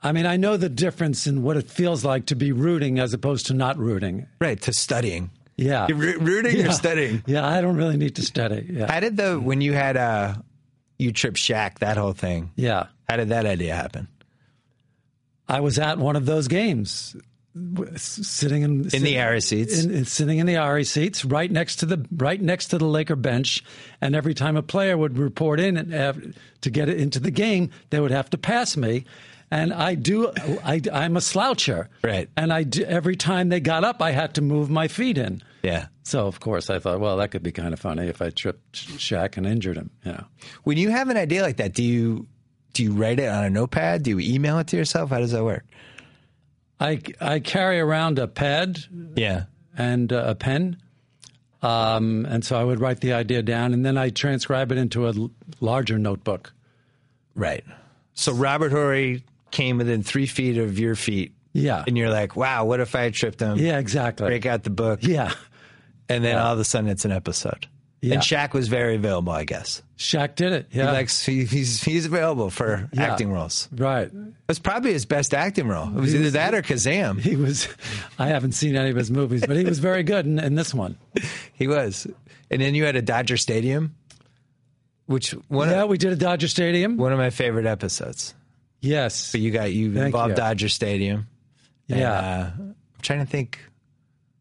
Speaker 4: I mean, I know the difference in what it feels like to be rooting as opposed to not rooting.
Speaker 3: Right, to studying.
Speaker 4: Yeah.
Speaker 3: You're ro- rooting or studying?
Speaker 4: Yeah, I don't really need to study. Yeah.
Speaker 3: How did the, when you had uh, you trip Shaq, that whole thing,
Speaker 4: Yeah.
Speaker 3: how did that idea happen?
Speaker 4: I was at one of those games, w- s- sitting in
Speaker 3: In the Ari seats.
Speaker 4: in, in- sitting in the Ari seats, right next to the right next to the Laker bench, and every time a player would report in and have, to get it into the game, they would have to pass me, and I do. I, am a sloucher,
Speaker 3: Right.
Speaker 4: And I do, every time they got up, I had to move my feet in.
Speaker 3: yeah.
Speaker 4: So of course I thought, well, that could be kind of funny if I tripped Shaq and injured him. You know.
Speaker 3: When you have an idea like that, do you do you write it on a notepad? Do you email it to yourself? How does that work?
Speaker 4: I, I carry around a pad
Speaker 3: Yeah.
Speaker 4: and uh, a pen. Um, and so I would write the idea down and then I transcribe it into a l- larger notebook.
Speaker 3: Right. So Robert Horry came within three feet of your feet,
Speaker 4: Yeah.
Speaker 3: and you're like, wow, what if I tripped him?
Speaker 4: Yeah, exactly.
Speaker 3: Break out the book,
Speaker 4: Yeah.
Speaker 3: and then all of a sudden it's an episode.
Speaker 4: Yeah.
Speaker 3: And Shaq was very available, I guess.
Speaker 4: Shaq did it. Yeah.
Speaker 3: He likes he, he's he's available for acting roles.
Speaker 4: right.
Speaker 3: It was probably his best acting role. It was either that or Kazam.
Speaker 4: He was, I haven't seen any of his movies, but he was very good in, in this one.
Speaker 3: He was. And then you had a Dodger Stadium, which one
Speaker 4: Yeah,
Speaker 3: of,
Speaker 4: we did a Dodger Stadium.
Speaker 3: one of my favorite episodes.
Speaker 4: Yes.
Speaker 3: But you got you
Speaker 4: Thank
Speaker 3: involved
Speaker 4: you.
Speaker 3: Dodger Stadium. And,
Speaker 4: Yeah.
Speaker 3: uh, I'm trying to think.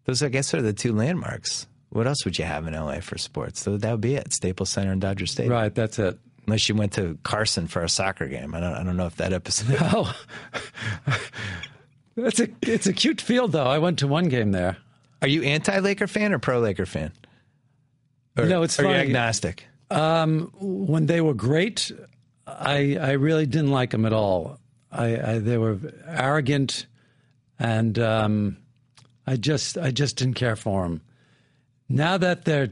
Speaker 3: Those I guess are the two landmarks. What else would you have in LA for sports? So that would be it. Staples Center and Dodger Stadium.
Speaker 4: Right. That's it.
Speaker 3: Unless you went to Carson for a soccer game. I don't I don't know if that episode
Speaker 4: Oh, that's a, it's a cute field though. I went to one game there.
Speaker 3: Are you anti Laker fan or pro Laker fan? Or,
Speaker 4: No, it's
Speaker 3: are you
Speaker 4: funny.
Speaker 3: agnostic?
Speaker 4: when they were great, I I really didn't like them at all. I, I they were arrogant, and um, I just I just didn't care for them. Now that they're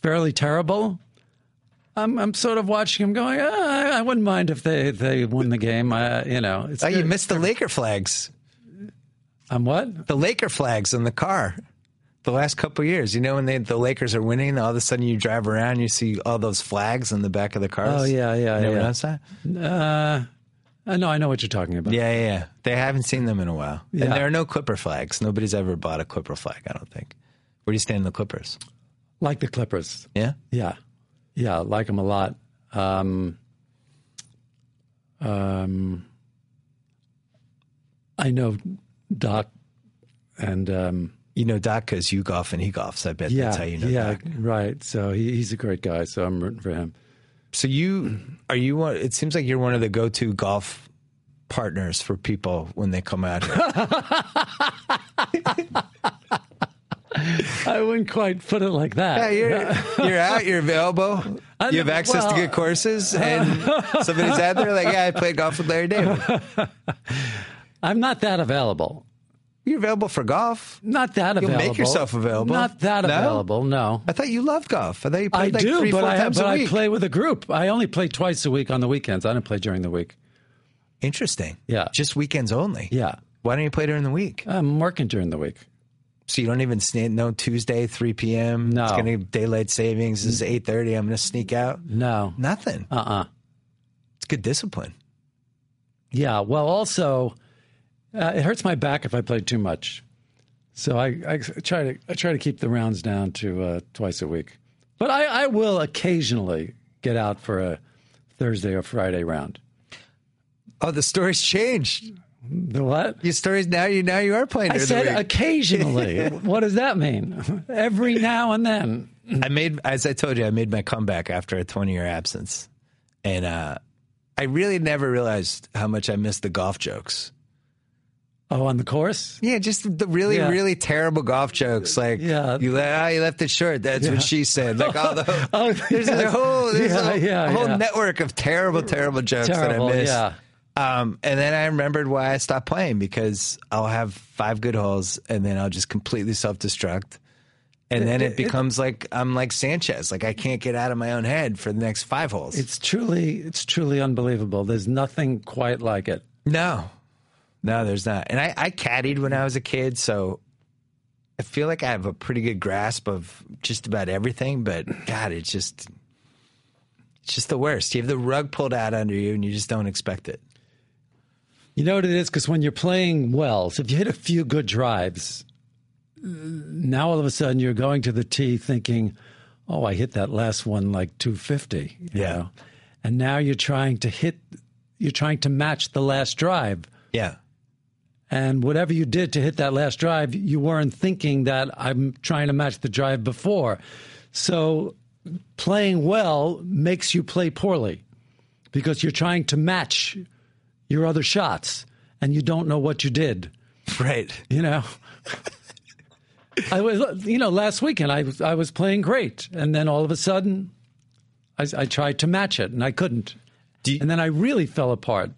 Speaker 4: fairly terrible, I'm I'm sort of watching them going. "Ah, I, I wouldn't mind if they they won the game. I, you know, it's
Speaker 3: Oh, you
Speaker 4: good."
Speaker 3: missed the Laker flags.
Speaker 4: I'm what?
Speaker 3: The Laker flags in the car. The last couple years, you know, when they, the Lakers are winning, all of a sudden you drive around, you see all those flags in the back of the cars.
Speaker 4: Oh, yeah, yeah,
Speaker 3: You Never
Speaker 4: yeah.
Speaker 3: noticed that?
Speaker 4: Uh, I know I know what you're talking about.
Speaker 3: Yeah, yeah, yeah. They haven't seen them in a while. And
Speaker 4: Yeah.
Speaker 3: there are no Clipper flags. Nobody's ever bought a Clipper flag, I don't think. Where do you stand on the Clippers?
Speaker 4: Like the Clippers.
Speaker 3: Yeah?
Speaker 4: Yeah, yeah, I like them a lot. Um, um, I know Doc and um,
Speaker 3: You know, Dotka's Yugoff and Higoffs. I bet that's how you know.
Speaker 4: yeah,
Speaker 3: Dotka.
Speaker 4: right. So he, he's a great guy. So I'm rooting for him.
Speaker 3: So you are you? One, it seems like you're one of the go-to golf partners for people when they come out here.
Speaker 4: I wouldn't quite put it like that.
Speaker 3: Yeah, you're, you're out, you're available.
Speaker 4: I
Speaker 3: You have
Speaker 4: know,
Speaker 3: access to
Speaker 4: well-
Speaker 3: good courses, and somebody's out there like, "Yeah, I played golf with Larry David."
Speaker 4: I'm not that available.
Speaker 3: You're available for golf.
Speaker 4: Not that
Speaker 3: You'll make
Speaker 4: available.
Speaker 3: yourself available.
Speaker 4: Not that
Speaker 3: No?
Speaker 4: available. No,
Speaker 3: I thought you loved golf. I thought you
Speaker 4: I
Speaker 3: played like
Speaker 4: do,
Speaker 3: three,
Speaker 4: but
Speaker 3: four
Speaker 4: I
Speaker 3: times
Speaker 4: but
Speaker 3: a
Speaker 4: I
Speaker 3: week.
Speaker 4: play with a group. I only play twice a week on the weekends. I don't play during the week.
Speaker 3: Interesting.
Speaker 4: Yeah.
Speaker 3: just weekends only.
Speaker 4: Yeah,
Speaker 3: Why don't you play during the week?
Speaker 4: I'm working during the week.
Speaker 3: So you don't even sneak. No Tuesday, three p.m.
Speaker 4: No.
Speaker 3: it's gonna be daylight savings. This is eight thirty. I'm gonna sneak out.
Speaker 4: No.
Speaker 3: Nothing.
Speaker 4: Uh uh
Speaker 3: It's good discipline.
Speaker 4: Yeah. Well, also, uh, it hurts my back if I play too much. So I, I try to I try to keep the rounds down to uh, twice a week, but I, I will occasionally get out for a Thursday or Friday round.
Speaker 3: Oh, the story's changed.
Speaker 4: The what?
Speaker 3: Your stories now. You now you are playing.
Speaker 4: I
Speaker 3: during the
Speaker 4: said uh,
Speaker 3: week.
Speaker 4: occasionally. what does that mean? Every now and then.
Speaker 3: I made, as I told you, I made my comeback after a 20 year absence. And uh, I really never realized how much I missed the golf jokes.
Speaker 4: Oh, on the course.
Speaker 3: Yeah, just the really,
Speaker 4: Yeah.
Speaker 3: really terrible golf jokes. Like,
Speaker 4: Yeah.
Speaker 3: you, le- ah, you left it short. That's what she said. Like, all the,
Speaker 4: Oh,
Speaker 3: there's a
Speaker 4: yes.
Speaker 3: whole, there's
Speaker 4: Yeah,
Speaker 3: a,
Speaker 4: yeah,
Speaker 3: whole
Speaker 4: yeah.
Speaker 3: network of terrible, terrible jokes
Speaker 4: Terrible.
Speaker 3: that I missed.
Speaker 4: Yeah.
Speaker 3: Um, and then I remembered why I stopped playing because I'll have five good holes and then I'll just completely self destruct. And then it becomes like I'm like Sanchez, like I can't get out of my own head for the next five holes.
Speaker 4: It's truly it's truly unbelievable. There's nothing quite like it.
Speaker 3: no, no, there's not. And I, I caddied when I was a kid, so I feel like I have a pretty good grasp of just about everything. But God, it's just, it's just the worst. You have the rug pulled out under you, and you just don't expect it.
Speaker 4: You know what it is? Because when you're playing wells, if you hit a few good drives, uh, now all of a sudden you're going to the tee thinking, oh, I hit that last one like 250. you
Speaker 3: Yeah.
Speaker 4: know? And now you're trying to hit, you're trying to match the last drive.
Speaker 3: Yeah.
Speaker 4: And whatever you did to hit that last drive, you weren't thinking that I'm trying to match the drive before. So playing well makes you play poorly because you're trying to match your other shots and you don't know what you did,
Speaker 3: Right.
Speaker 4: you know. I was, you know, last weekend I was I was playing great, and then all of a sudden, I, I tried to match it and I couldn't,
Speaker 3: Do you-
Speaker 4: and then I really fell apart.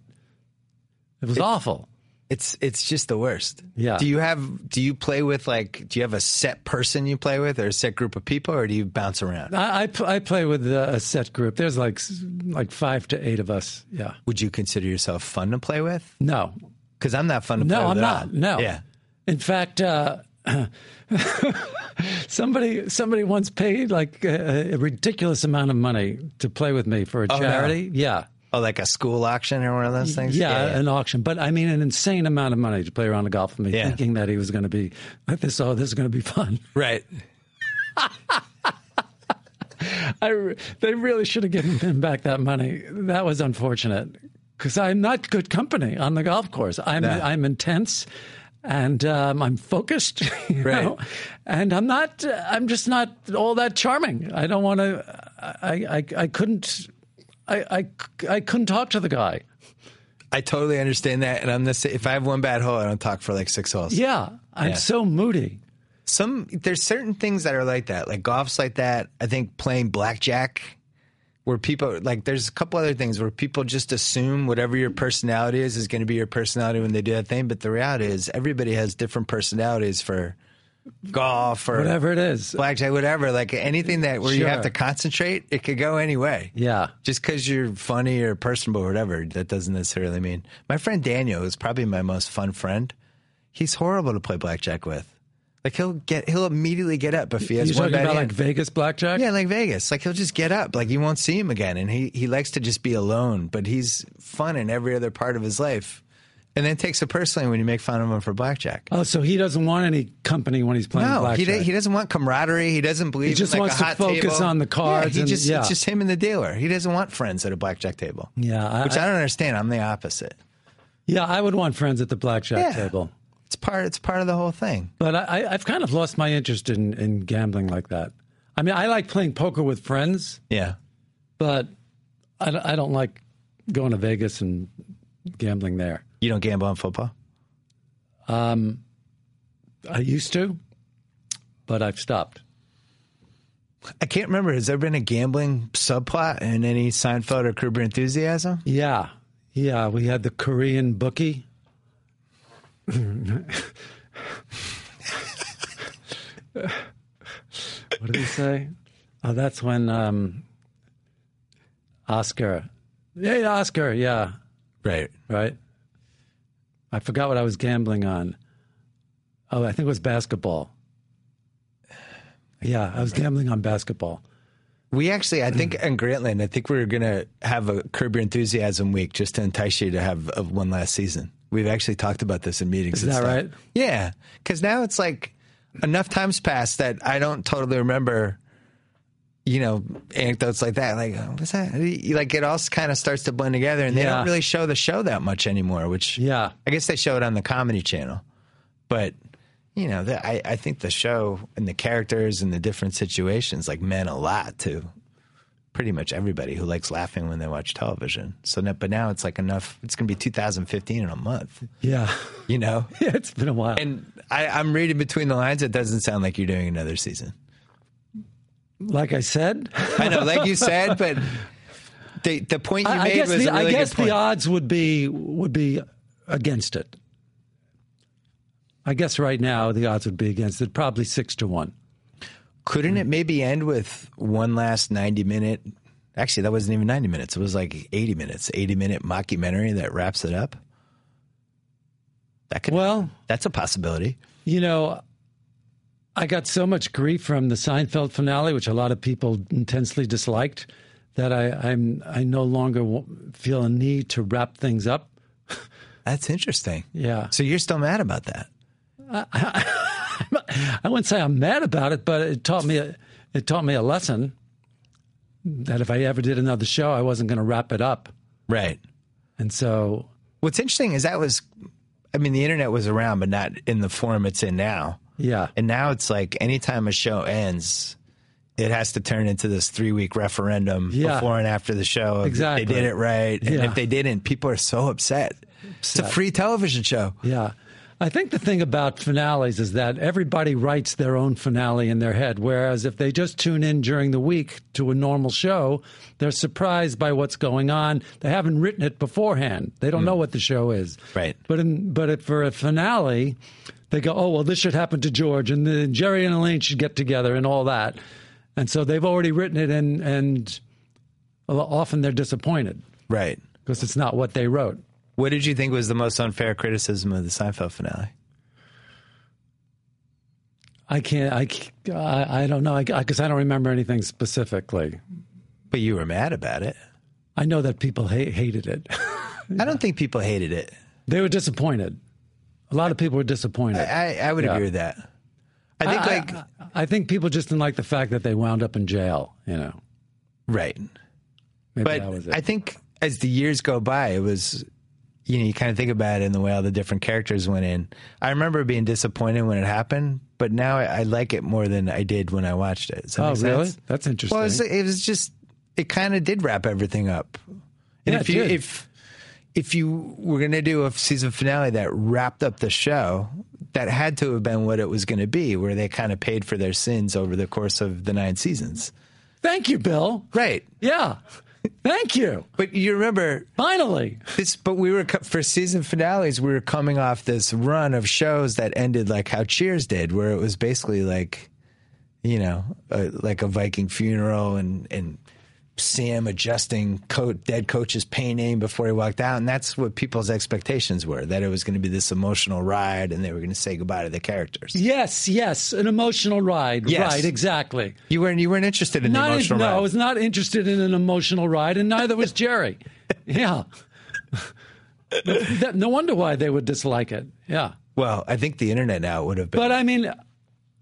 Speaker 4: It was awful.
Speaker 3: It's it's just the worst.
Speaker 4: Yeah.
Speaker 3: Do you have do you play with like do you have a set person you play with or a set group of people or do you bounce around?
Speaker 4: I, I, pl- I play with uh, a set group. There's like s- like five to eight of us. Yeah.
Speaker 3: Would you consider yourself fun to play with?
Speaker 4: No.
Speaker 3: Because I'm not fun to
Speaker 4: No,
Speaker 3: play with.
Speaker 4: I'm
Speaker 3: at
Speaker 4: not.
Speaker 3: all.
Speaker 4: No.
Speaker 3: Oh, Yeah.
Speaker 4: In fact, uh, somebody somebody once paid like a, a ridiculous amount of money to play with me for a
Speaker 3: no.
Speaker 4: charity. Yeah.
Speaker 3: Oh, like a school auction or one of those things.
Speaker 4: Yeah,
Speaker 3: yeah.
Speaker 4: an auction, but I mean an insane amount of money to play around the golf with me,
Speaker 3: Yeah.
Speaker 4: thinking that he was going to be this. Oh, this is going to be fun.
Speaker 3: Right.
Speaker 4: I re- they really should have given him back that money. That was unfortunate because I'm not good company on the golf course. I'm I'm intense and um, I'm focused, you
Speaker 3: Right.
Speaker 4: know? and I'm not. I'm just not all that charming. I don't want to. I, I I couldn't. I, I c- I couldn't talk to the guy.
Speaker 3: I totally understand that. And I'm the sa- if I have one bad hole, I don't talk for like six holes.
Speaker 4: Yeah, I'm
Speaker 3: Yeah.
Speaker 4: so moody.
Speaker 3: Some there's certain things that are like that. Like golf's like that. I think playing blackjack where people like there's a couple other things where people just assume whatever your personality is is going to be your personality when they do that thing, but the reality is everybody has different personalities for golf or
Speaker 4: Whatever it is.
Speaker 3: blackjack whatever, like anything that where you have
Speaker 4: Sure.
Speaker 3: to concentrate, it could go any way.
Speaker 4: Yeah.
Speaker 3: Just because you're funny or personable or whatever, that doesn't necessarily mean. My friend Daniel is probably my most fun friend. He's horrible to play blackjack with. Like he'll get, he'll immediately get up if he has
Speaker 4: You're
Speaker 3: one bad
Speaker 4: talking about
Speaker 3: hand.
Speaker 4: like Vegas blackjack.
Speaker 3: yeah, like Vegas. Like he'll just get up. Like you won't see him again, and he he likes to just be alone. But he's fun in every other part of his life, and then takes it personally when you make fun of him for blackjack.
Speaker 4: Oh, so he doesn't want any company when he's playing
Speaker 3: No,
Speaker 4: blackjack.
Speaker 3: he, do- he doesn't want camaraderie. He doesn't believe.
Speaker 4: just
Speaker 3: in like
Speaker 4: wants
Speaker 3: a
Speaker 4: to
Speaker 3: hot
Speaker 4: focus
Speaker 3: table.
Speaker 4: on the cards
Speaker 3: Yeah, he
Speaker 4: and-
Speaker 3: just
Speaker 4: yeah.
Speaker 3: it's just him and the dealer. He doesn't want friends at a blackjack table.
Speaker 4: Yeah, I-
Speaker 3: which I, don't understand. I'm the opposite.
Speaker 4: Yeah, I would want friends at the blackjack
Speaker 3: Yeah.
Speaker 4: table.
Speaker 3: It's part. It's part of the whole thing.
Speaker 4: But I, I've kind of lost my interest in, in gambling like that. I mean, I like playing poker with friends,
Speaker 3: Yeah.
Speaker 4: but I, don't- I don't like going to Vegas and gambling there.
Speaker 3: You don't gamble on football.
Speaker 4: I used to, but I've stopped.
Speaker 3: I can't remember. Has there been a gambling subplot in any Seinfeld or Curb Your Enthusiasm?
Speaker 4: Yeah. Yeah. We had the Korean bookie. what did he say? Oh, that's when um, Oscar. Hey, Oscar. Yeah.
Speaker 3: Right.
Speaker 4: Right. I forgot what I was gambling on. Oh, I think it was basketball. Yeah, I was gambling on basketball.
Speaker 3: We actually, I think,
Speaker 4: Mm.
Speaker 3: in Grantland, I think we're gonna have a Curb Your Enthusiasm week just to entice you to have uh one last season. We've actually talked about this in meetings.
Speaker 4: Is
Speaker 3: and
Speaker 4: that
Speaker 3: stuff.
Speaker 4: right?
Speaker 3: Yeah, because now it's like enough times passed that I don't totally remember. You know, anecdotes like that, like oh, what's that? You- Like it all kind of starts to blend together, and they
Speaker 4: Yeah.
Speaker 3: don't really show the show that much anymore. Which
Speaker 4: Yeah.
Speaker 3: I guess they show it on the Comedy Channel, but you know, the, I I think the show and the characters and the different situations like meant a lot to pretty much everybody who likes laughing when they watch television. So, no- but now it's like enough. It's going to be 2015 in a month,
Speaker 4: Yeah.
Speaker 3: you know.
Speaker 4: yeah it's been a while.
Speaker 3: And I, I'm reading between the lines. It doesn't sound like you're doing another season.
Speaker 4: like I said,
Speaker 3: I know, like you said, but the the point you
Speaker 4: I, I
Speaker 3: made
Speaker 4: guess
Speaker 3: was
Speaker 4: the,
Speaker 3: a really
Speaker 4: I guess
Speaker 3: good point.
Speaker 4: the odds would be would be against it. I guess right now the odds would be against it, probably six to one.
Speaker 3: Couldn't it maybe end with one last 90 minute? Actually, that wasn't even 90 minutes. It was like 80 minutes, 80 minute mockumentary that wraps it up. That could,
Speaker 4: Well,
Speaker 3: that's a possibility.
Speaker 4: you know, I got so much grief from the Seinfeld finale, which a lot of people intensely disliked, that I, I'm I no longer wa- feel a need to wrap things up.
Speaker 3: That's interesting.
Speaker 4: Yeah,
Speaker 3: So you're still mad about that?
Speaker 4: I wouldn't say I'm mad about it, but it taught me a, it taught me a lesson that if I ever did another show, I wasn't going to wrap it up.
Speaker 3: Right.
Speaker 4: And so
Speaker 3: What's interesting is that was, I mean, the internet was around, but not in the form it's in now.
Speaker 4: Yeah.
Speaker 3: And now it's like anytime a show ends, it has to turn into this three week referendum
Speaker 4: Yeah.
Speaker 3: before and after the show. if
Speaker 4: Exactly.
Speaker 3: They did it right. And
Speaker 4: Yeah.
Speaker 3: if they didn't, people are so upset. It's a free television show.
Speaker 4: yeah. I think the thing about finales is that everybody writes their own finale in their head, whereas if they just tune in during the week to a normal show, they're surprised by what's going on. They haven't written it beforehand. They don't know what the show is.
Speaker 3: Right.
Speaker 4: But in, but if for a finale, they go, oh well, this should happen to George, and then Jerry and Elaine should get together, and all that. And so they've already written it, and and often they're disappointed
Speaker 3: Right.
Speaker 4: because it's not what they wrote.
Speaker 3: What did you think was the most unfair criticism of the Seinfeld finale?
Speaker 4: I can't. I, c- I, I don't know. Because I, because I don't remember anything specifically.
Speaker 3: But you were mad about it.
Speaker 4: I know that people ha- hated it.
Speaker 3: I don't think people hated it.
Speaker 4: they were disappointed. A lot of people were disappointed. I,
Speaker 3: I, I would
Speaker 4: Yeah.
Speaker 3: agree with that. I think, like,
Speaker 4: I, I think people just didn't like the fact that they wound up in jail. You know,
Speaker 3: right.
Speaker 4: maybe
Speaker 3: but
Speaker 4: that was it.
Speaker 3: I think as the years go by, it was, you know, you kind of think about it in the way all the different characters went in. I remember being disappointed when it happened, but now I, I like it more than I did when I watched it. Does that
Speaker 4: oh,
Speaker 3: make
Speaker 4: really?
Speaker 3: sense?
Speaker 4: That's interesting.
Speaker 3: Well, it was, it was just, it kind of did wrap everything up. And
Speaker 4: Yeah,
Speaker 3: if
Speaker 4: it
Speaker 3: you,
Speaker 4: did.
Speaker 3: if, if you were going to do a season finale that wrapped up the show, that had to have been what it was going to be, where they kind of paid for their sins over the course of the nine seasons.
Speaker 4: Thank you, Bill.
Speaker 3: Right.
Speaker 4: Yeah. Thank you.
Speaker 3: But you remember
Speaker 4: Finally.
Speaker 3: This, but we were co- for season finales. We were coming off this run of shows that ended like how Cheers did, where it was basically like, you know, a, like a Viking funeral and and Sam adjusting coat dead coach's pain name before he walked out, and that's what people's expectations were that it was going to be this emotional ride, and they were going to say goodbye to the characters.
Speaker 4: Yes. Yes. An emotional ride.
Speaker 3: Yes.
Speaker 4: Right. Exactly.
Speaker 3: You weren't you weren't interested in
Speaker 4: Not
Speaker 3: the
Speaker 4: in-
Speaker 3: emotional
Speaker 4: no,
Speaker 3: ride.
Speaker 4: I was not interested in an emotional ride, and neither was Jerry. yeah. That- no wonder why they would dislike it. Yeah.
Speaker 3: well, I think the internet now would have been.
Speaker 4: But I mean,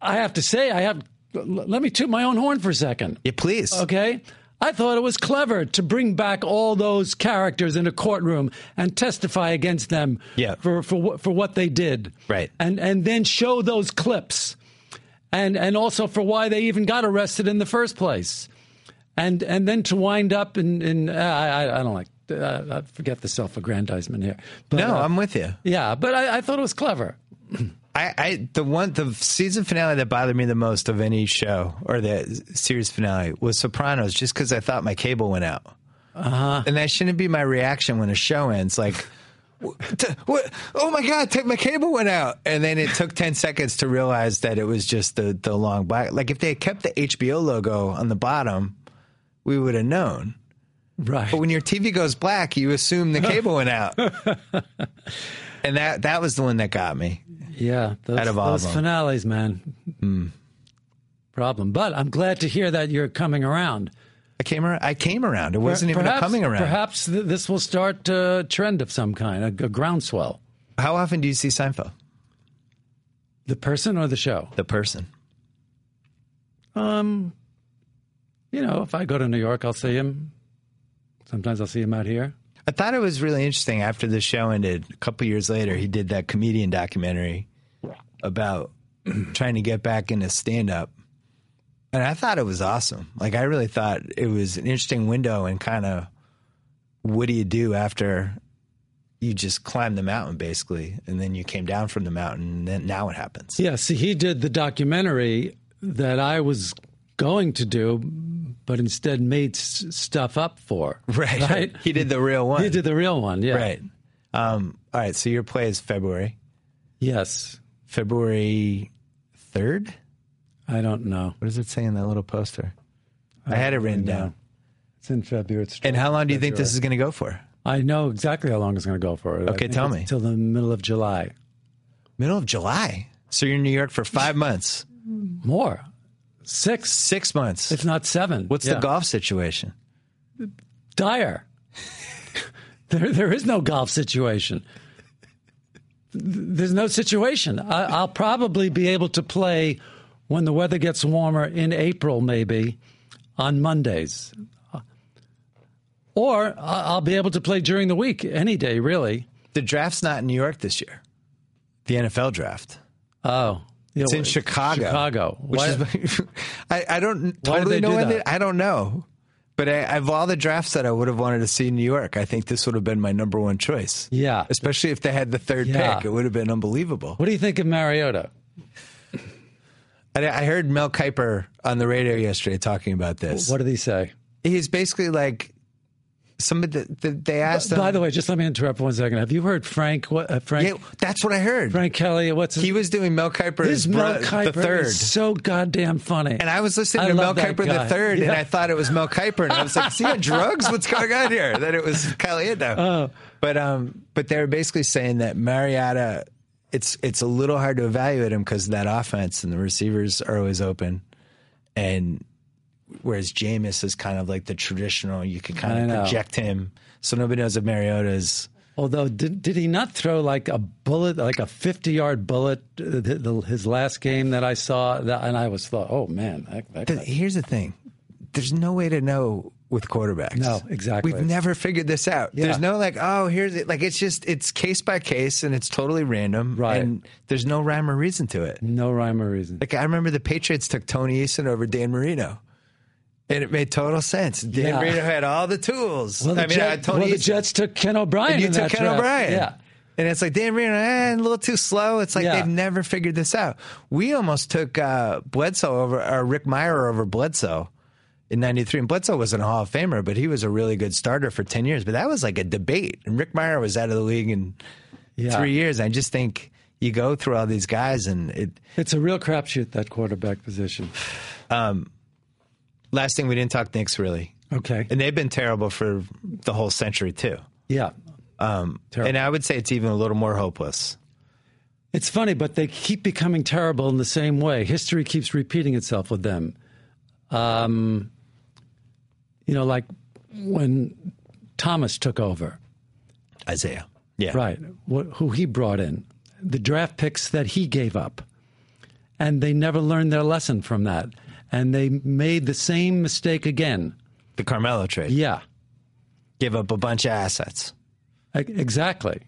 Speaker 4: I have to say, I have. l- Let me toot my own horn for a second.
Speaker 3: yeah, please.
Speaker 4: Okay. I thought it was clever to bring back all those characters in a courtroom and testify against them
Speaker 3: Yeah.
Speaker 4: for, for what- for what they did.
Speaker 3: Right.
Speaker 4: And and then show those clips. And and also for why they even got arrested in the first place. And and then to wind up in in uh, I I- I don't like uh, I forget the self-aggrandizement here. But,
Speaker 3: No,
Speaker 4: uh,
Speaker 3: I'm with you.
Speaker 4: yeah, but I, I thought it was clever.
Speaker 3: I, I the one the season finale that bothered me the most of any show or the series finale was Sopranos, just because I thought my cable went out, uh-huh. and that shouldn't be my reaction when a show ends. Like, what, what? Oh my god, take my cable went out, and then it took ten seconds to realize that it was just the the long black. Like if they had kept the HBO logo on the bottom, we would have known.
Speaker 4: Right.
Speaker 3: But when your TV goes black, you assume the cable went out. And that, that was the one that got me.
Speaker 4: Yeah, those,
Speaker 3: Out of all
Speaker 4: those
Speaker 3: of 'em.
Speaker 4: finales, man.
Speaker 3: Hmm.
Speaker 4: Problem, but I'm glad to hear that you're coming around.
Speaker 3: I came around. I came around. It wasn't even a
Speaker 4: Perhaps-
Speaker 3: coming around.
Speaker 4: Perhaps th- this will start a trend of some kind, a, a groundswell.
Speaker 3: How often do you see Seinfeld?
Speaker 4: The person or the show?
Speaker 3: The person.
Speaker 4: Um, you know, if I go to New York, I'll see him. Sometimes I'll see him out here.
Speaker 3: I thought it was really interesting after the show ended. A couple years later, he did that comedian documentary about trying to get back into stand up. And I thought it was awesome. Like, I really thought it was an interesting window and kind of what do you do after you just climb the mountain, basically, and then you came down from the mountain, and then now it happens.
Speaker 4: Yeah, see, he did the documentary that I was going to do, but instead made s- stuff up for. Right.
Speaker 3: He did the real one.
Speaker 4: He did the real one. Yeah.
Speaker 3: Right. Um, all right. So your play is February,
Speaker 4: Yes.
Speaker 3: February third.
Speaker 4: I don't know.
Speaker 3: What does it say in that little poster? I, had it written down.
Speaker 4: It's in February. It's
Speaker 3: And how long do you think this is going to go for?
Speaker 4: I know exactly how long it's going to go for.
Speaker 3: Okay, tell me.
Speaker 4: Till the middle of July.
Speaker 3: Middle of July. So you're in New York for five months,
Speaker 4: More, six,
Speaker 3: six months.
Speaker 4: if not seven.
Speaker 3: What's
Speaker 4: Yeah.
Speaker 3: the golf situation?
Speaker 4: Dire. there, there is no golf situation. There's no situation. I, I'll probably be able to play when the weather gets warmer in April, maybe on Mondays, or I- I'll be able to play during the week any day, really.
Speaker 3: The draft's not in New York this year. The NFL draft.
Speaker 4: Oh,
Speaker 3: It's in Chicago.
Speaker 4: Chicago.
Speaker 3: Which
Speaker 4: Why-
Speaker 3: is, I, I don't
Speaker 4: Why did
Speaker 3: totally
Speaker 4: they
Speaker 3: know.
Speaker 4: do
Speaker 3: why
Speaker 4: that?
Speaker 3: they- I don't know. But I, of all the drafts that I would have wanted to see in New York, I think this would have been my number one choice.
Speaker 4: Yeah.
Speaker 3: Especially if they had the third
Speaker 4: Yeah.
Speaker 3: pick, it would have been unbelievable.
Speaker 4: What do you think of Mariota?
Speaker 3: I, I heard Mel Kiper on the radio yesterday talking about this.
Speaker 4: What did he say?
Speaker 3: He's basically like somebody that, that they asked him.
Speaker 4: By the way, just let me interrupt one second. Have you heard Frank? What uh, Frank?
Speaker 3: yeah, that's what I heard.
Speaker 4: Frank Kelly? What's his,
Speaker 3: He was doing Mel Kiper
Speaker 4: his Mel Kiper
Speaker 3: the third.
Speaker 4: is so goddamn funny.
Speaker 3: And I was listening
Speaker 4: I
Speaker 3: to Mel
Speaker 4: love that
Speaker 3: Kiper the
Speaker 4: guy.
Speaker 3: third, and
Speaker 4: Yeah.
Speaker 3: I thought it was Mel Kiper, and I was like, "Is he on drugs? What's going on here?" That it was Caliendo.
Speaker 4: Oh.
Speaker 3: but um, but they were basically saying that Mariota, it's it's a little hard to evaluate him because that offense and the receivers are always open, and whereas Jameis is kind of like the traditional, you could
Speaker 4: I
Speaker 3: kind of
Speaker 4: know.
Speaker 3: project him, so nobody knows if Mariota's.
Speaker 4: Although, did, did he not throw like a bullet, like a fifty-yard bullet, uh, the, the, his last game that I saw? That, and I was thought, oh man, that, that
Speaker 3: Th-
Speaker 4: guy-
Speaker 3: Here's the thing. There's no way to know with quarterbacks.
Speaker 4: No, exactly.
Speaker 3: We've never figured this out. There's no like, oh, here's it. Like it's just it's case by case and it's totally random.
Speaker 4: Right.
Speaker 3: And there's no rhyme or reason to it.
Speaker 4: no rhyme or reason.
Speaker 3: Like I remember the Patriots took Tony Eason over Dan Marino. And it made total sense. Dan
Speaker 4: Yeah.
Speaker 3: Marino had all the tools.
Speaker 4: Well, the,
Speaker 3: I mean,
Speaker 4: Jet-
Speaker 3: I had Tony
Speaker 4: well, the
Speaker 3: Eason.
Speaker 4: Jets took Ken O'Brien.
Speaker 3: And you
Speaker 4: in
Speaker 3: took
Speaker 4: that
Speaker 3: Ken
Speaker 4: draft.
Speaker 3: O'Brien.
Speaker 4: Yeah.
Speaker 3: And it's like Dan Marino, eh, a little too slow. It's like
Speaker 4: Yeah.
Speaker 3: they've never figured this out. We almost took uh, Bledsoe over, or Rick Meyer over Bledsoe in 93. And Bledsoe wasn't a Hall of Famer, but he was a really good starter for 10 years. But that was like a debate. And Rick Meyer was out of the league in
Speaker 4: Yeah.
Speaker 3: three years. I just think you go through all these guys and it.
Speaker 4: It's a real crapshoot that quarterback position.
Speaker 3: Last thing, we didn't talk Knicks really.
Speaker 4: Okay.
Speaker 3: And they've been terrible for the whole century, too.
Speaker 4: Yeah. Terrible.
Speaker 3: And I would say it's even a little more hopeless.
Speaker 4: It's funny, but they keep becoming terrible in the same way. History keeps repeating itself with them. Um, you know, like when Thomas took over,
Speaker 3: Isaiah. Yeah.
Speaker 4: right? What, who he brought in, the draft picks that he gave up, and they never learned their lesson from that, and they made the same mistake again.
Speaker 3: the Carmelo trade.
Speaker 4: Yeah,
Speaker 3: Give up a bunch of assets.
Speaker 4: e- exactly,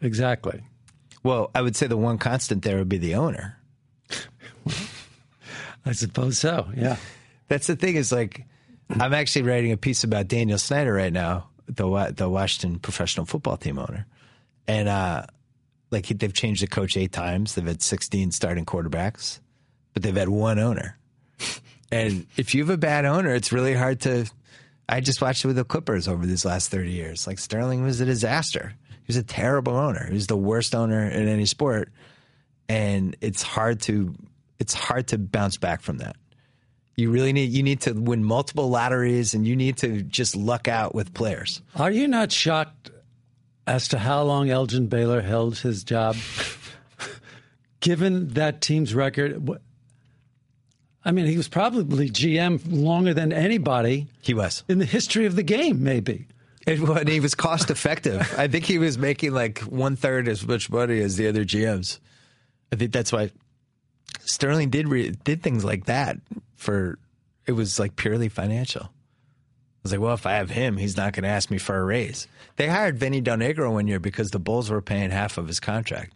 Speaker 4: exactly.
Speaker 3: Well, I would say the one constant there would be the owner.
Speaker 4: I suppose so. Yeah.
Speaker 3: That's the thing is like, I'm actually writing a piece about Daniel Snyder right now, the Wa- the Washington professional football team owner, and uh, like he, they've changed the coach eight times. They've had 16 starting quarterbacks, but they've had one owner. And if you have a bad owner, it's really hard to. I just watched it with the Clippers over these last 30 years. Like Sterling was a disaster. He was a terrible owner. He was the worst owner in any sport, and it's hard to it's hard to bounce back from that. You really need you need to win multiple lotteries and you need to just luck out with players.
Speaker 4: Are you not shocked as to how long Elgin Baylor held his job, given that team's record? wh- I mean, he was probably GM longer than anybody
Speaker 3: He was.
Speaker 4: in the history of the game, maybe.
Speaker 3: It, wa- and he was cost effective. I think he was making like one third as much money as the other GMs. I think that's why Sterling did re, did things like that for it was like purely financial. I was like, well, if I have him, he's not going to ask me for a raise. They hired Vinny Del Negro one year because the Bulls were paying half of his contract.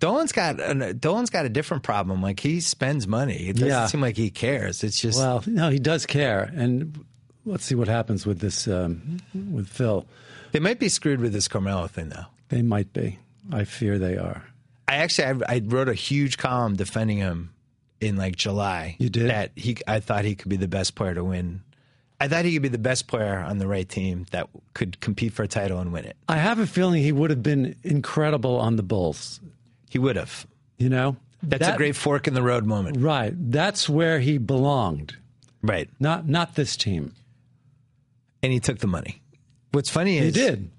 Speaker 3: Dolan's got an, Dolan's got a different problem. Like he spends money. It doesn't
Speaker 4: Yeah.
Speaker 3: seem like he cares. It's just
Speaker 4: Well, no, he does care, and let's see what happens with this um, with Phil.
Speaker 3: they might be screwed with this Carmelo thing though.
Speaker 4: They might be. I fear they are.
Speaker 3: I actually I, I wrote a huge column defending him in like July.
Speaker 4: You did?
Speaker 3: that. He I thought he could be the best player to win. I thought he could be the best player on the right team that could compete for a title and win it.
Speaker 4: I have a feeling he would have been incredible on the Bulls.
Speaker 3: He would have.
Speaker 4: You know,
Speaker 3: That's a
Speaker 4: That-
Speaker 3: great fork in the road moment.
Speaker 4: right. That's where he belonged.
Speaker 3: Right.
Speaker 4: Not not this team.
Speaker 3: And he took the money. What's funny
Speaker 4: He
Speaker 3: is
Speaker 4: did.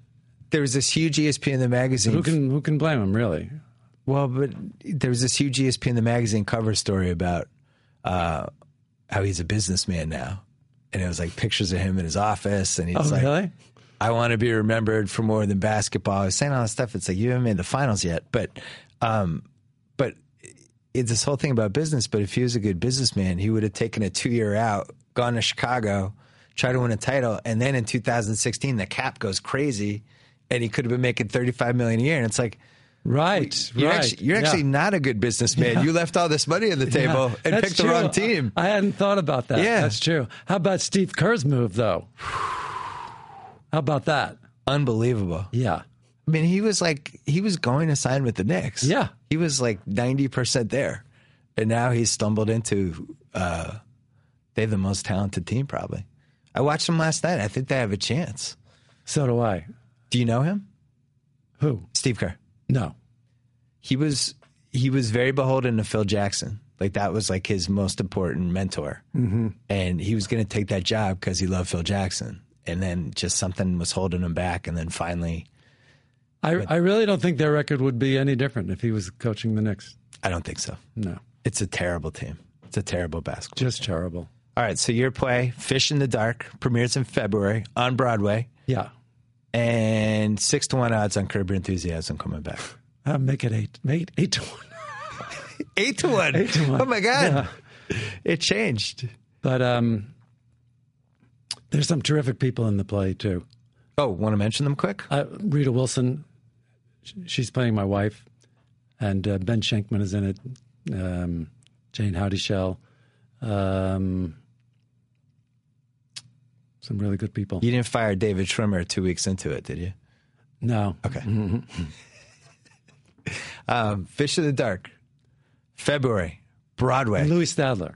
Speaker 3: there was this huge E ESP in the magazine.
Speaker 4: Who can who can blame him? Really?
Speaker 3: Well, but there was this huge E ESP in the magazine cover story about uh, how he's a businessman now. And it was like pictures of him in his office and he's
Speaker 4: Oh,
Speaker 3: like
Speaker 4: really?
Speaker 3: I want to be remembered for more than basketball. I was saying all this stuff. It's like you haven't made the finals yet, but, um, but it's this whole thing about business. But if he was a good businessman, he would have taken a two year out, gone to Chicago, tried to win a title, and then in 2016 the cap goes crazy, and he could have been making 35 million a year. And it's like
Speaker 4: Right.
Speaker 3: you're
Speaker 4: right.
Speaker 3: actually, you're
Speaker 4: Yeah.
Speaker 3: actually not a good businessman. You left all this money on the
Speaker 4: Yeah.
Speaker 3: table and
Speaker 4: That's
Speaker 3: picked the
Speaker 4: true.
Speaker 3: wrong team.
Speaker 4: I hadn't thought about that.
Speaker 3: Yeah.
Speaker 4: That's true. How about Steve Kerr's move though? How about that?
Speaker 3: Unbelievable.
Speaker 4: Yeah.
Speaker 3: I mean, he was like he was going to sign with the Knicks.
Speaker 4: Yeah.
Speaker 3: he was like ninety percent there, and now he's stumbled into. Uh, they have the most talented team, probably. I watched them last night. I think they have a chance.
Speaker 4: So do I.
Speaker 3: Do you know him,
Speaker 4: Who?
Speaker 3: Steve Kerr?
Speaker 4: No.
Speaker 3: He was he was very beholden to Phil Jackson. Like that was like his most important mentor, mm-hmm. and he was going to take that job because he loved Phil Jackson. And then just something was holding him back, and then finally,
Speaker 4: I, I really don't think their record would be any different if he was coaching the Knicks.
Speaker 3: I don't think so.
Speaker 4: No.
Speaker 3: It's a terrible team. It's a terrible basketball.
Speaker 4: Just terrible.
Speaker 3: All right, so your play, Fish in the Dark, premieres in February on Broadway,
Speaker 4: Yeah.
Speaker 3: and six to one odds on Curb Your Enthusiasm coming back.
Speaker 4: Uh, make it eight. Make it eight to one.
Speaker 3: Eight to one.
Speaker 4: Eight to one.
Speaker 3: Oh my God. It changed.
Speaker 4: But um, there's some terrific people in the play too.
Speaker 3: Oh, want to mention them quick?
Speaker 4: Uh, Rita Wilson, sh- she's playing my wife, and uh, Ben Schenkman is in it. Um, Jane Howdyshell, um, some really good people.
Speaker 3: You didn't fire David Schwimmer two weeks into it, did you?
Speaker 4: No,
Speaker 3: Okay. Mm-hmm. um, Fish in the Dark, February, Broadway,
Speaker 4: Louis Stadler.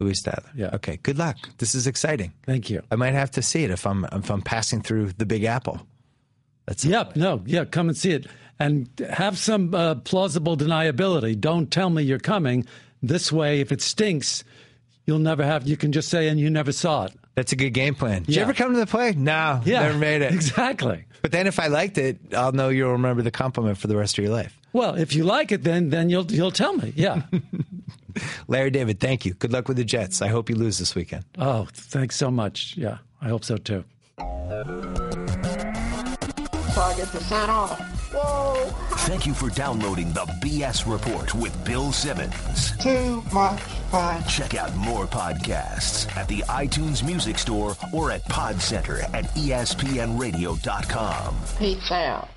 Speaker 3: Louis Statler.
Speaker 4: Yeah.
Speaker 3: Okay, good luck. This is exciting.
Speaker 4: Thank you.
Speaker 3: I might have to see it if I'm if I'm passing through the Big Apple. That's
Speaker 4: Yep. No. Yeah. Come and see it, and have some uh, plausible deniability. Don't tell me you're coming. This way, if it stinks, you'll never have. You can just say, "And you never saw it."
Speaker 3: That's a good game plan. Did you
Speaker 4: Yeah.
Speaker 3: ever come to the play? No,
Speaker 4: Yeah.
Speaker 3: never made it.
Speaker 4: Exactly.
Speaker 3: But then if I liked it, I'll know you'll remember the compliment for the rest of your life.
Speaker 4: Well, if you like it, then then you'll you'll tell me. Yeah.
Speaker 3: Larry David, thank you. Good luck with the Jets. I hope you lose this weekend.
Speaker 4: oh, thanks so much. Yeah, I hope so too.
Speaker 5: target the center. Whoa.
Speaker 1: Thank you for downloading the BS Report with Bill Simmons.
Speaker 5: Too much fun.
Speaker 1: Check out more podcasts at the iTunes E Music Store or at Podcenter at ESPNradio.com.
Speaker 5: Peace out.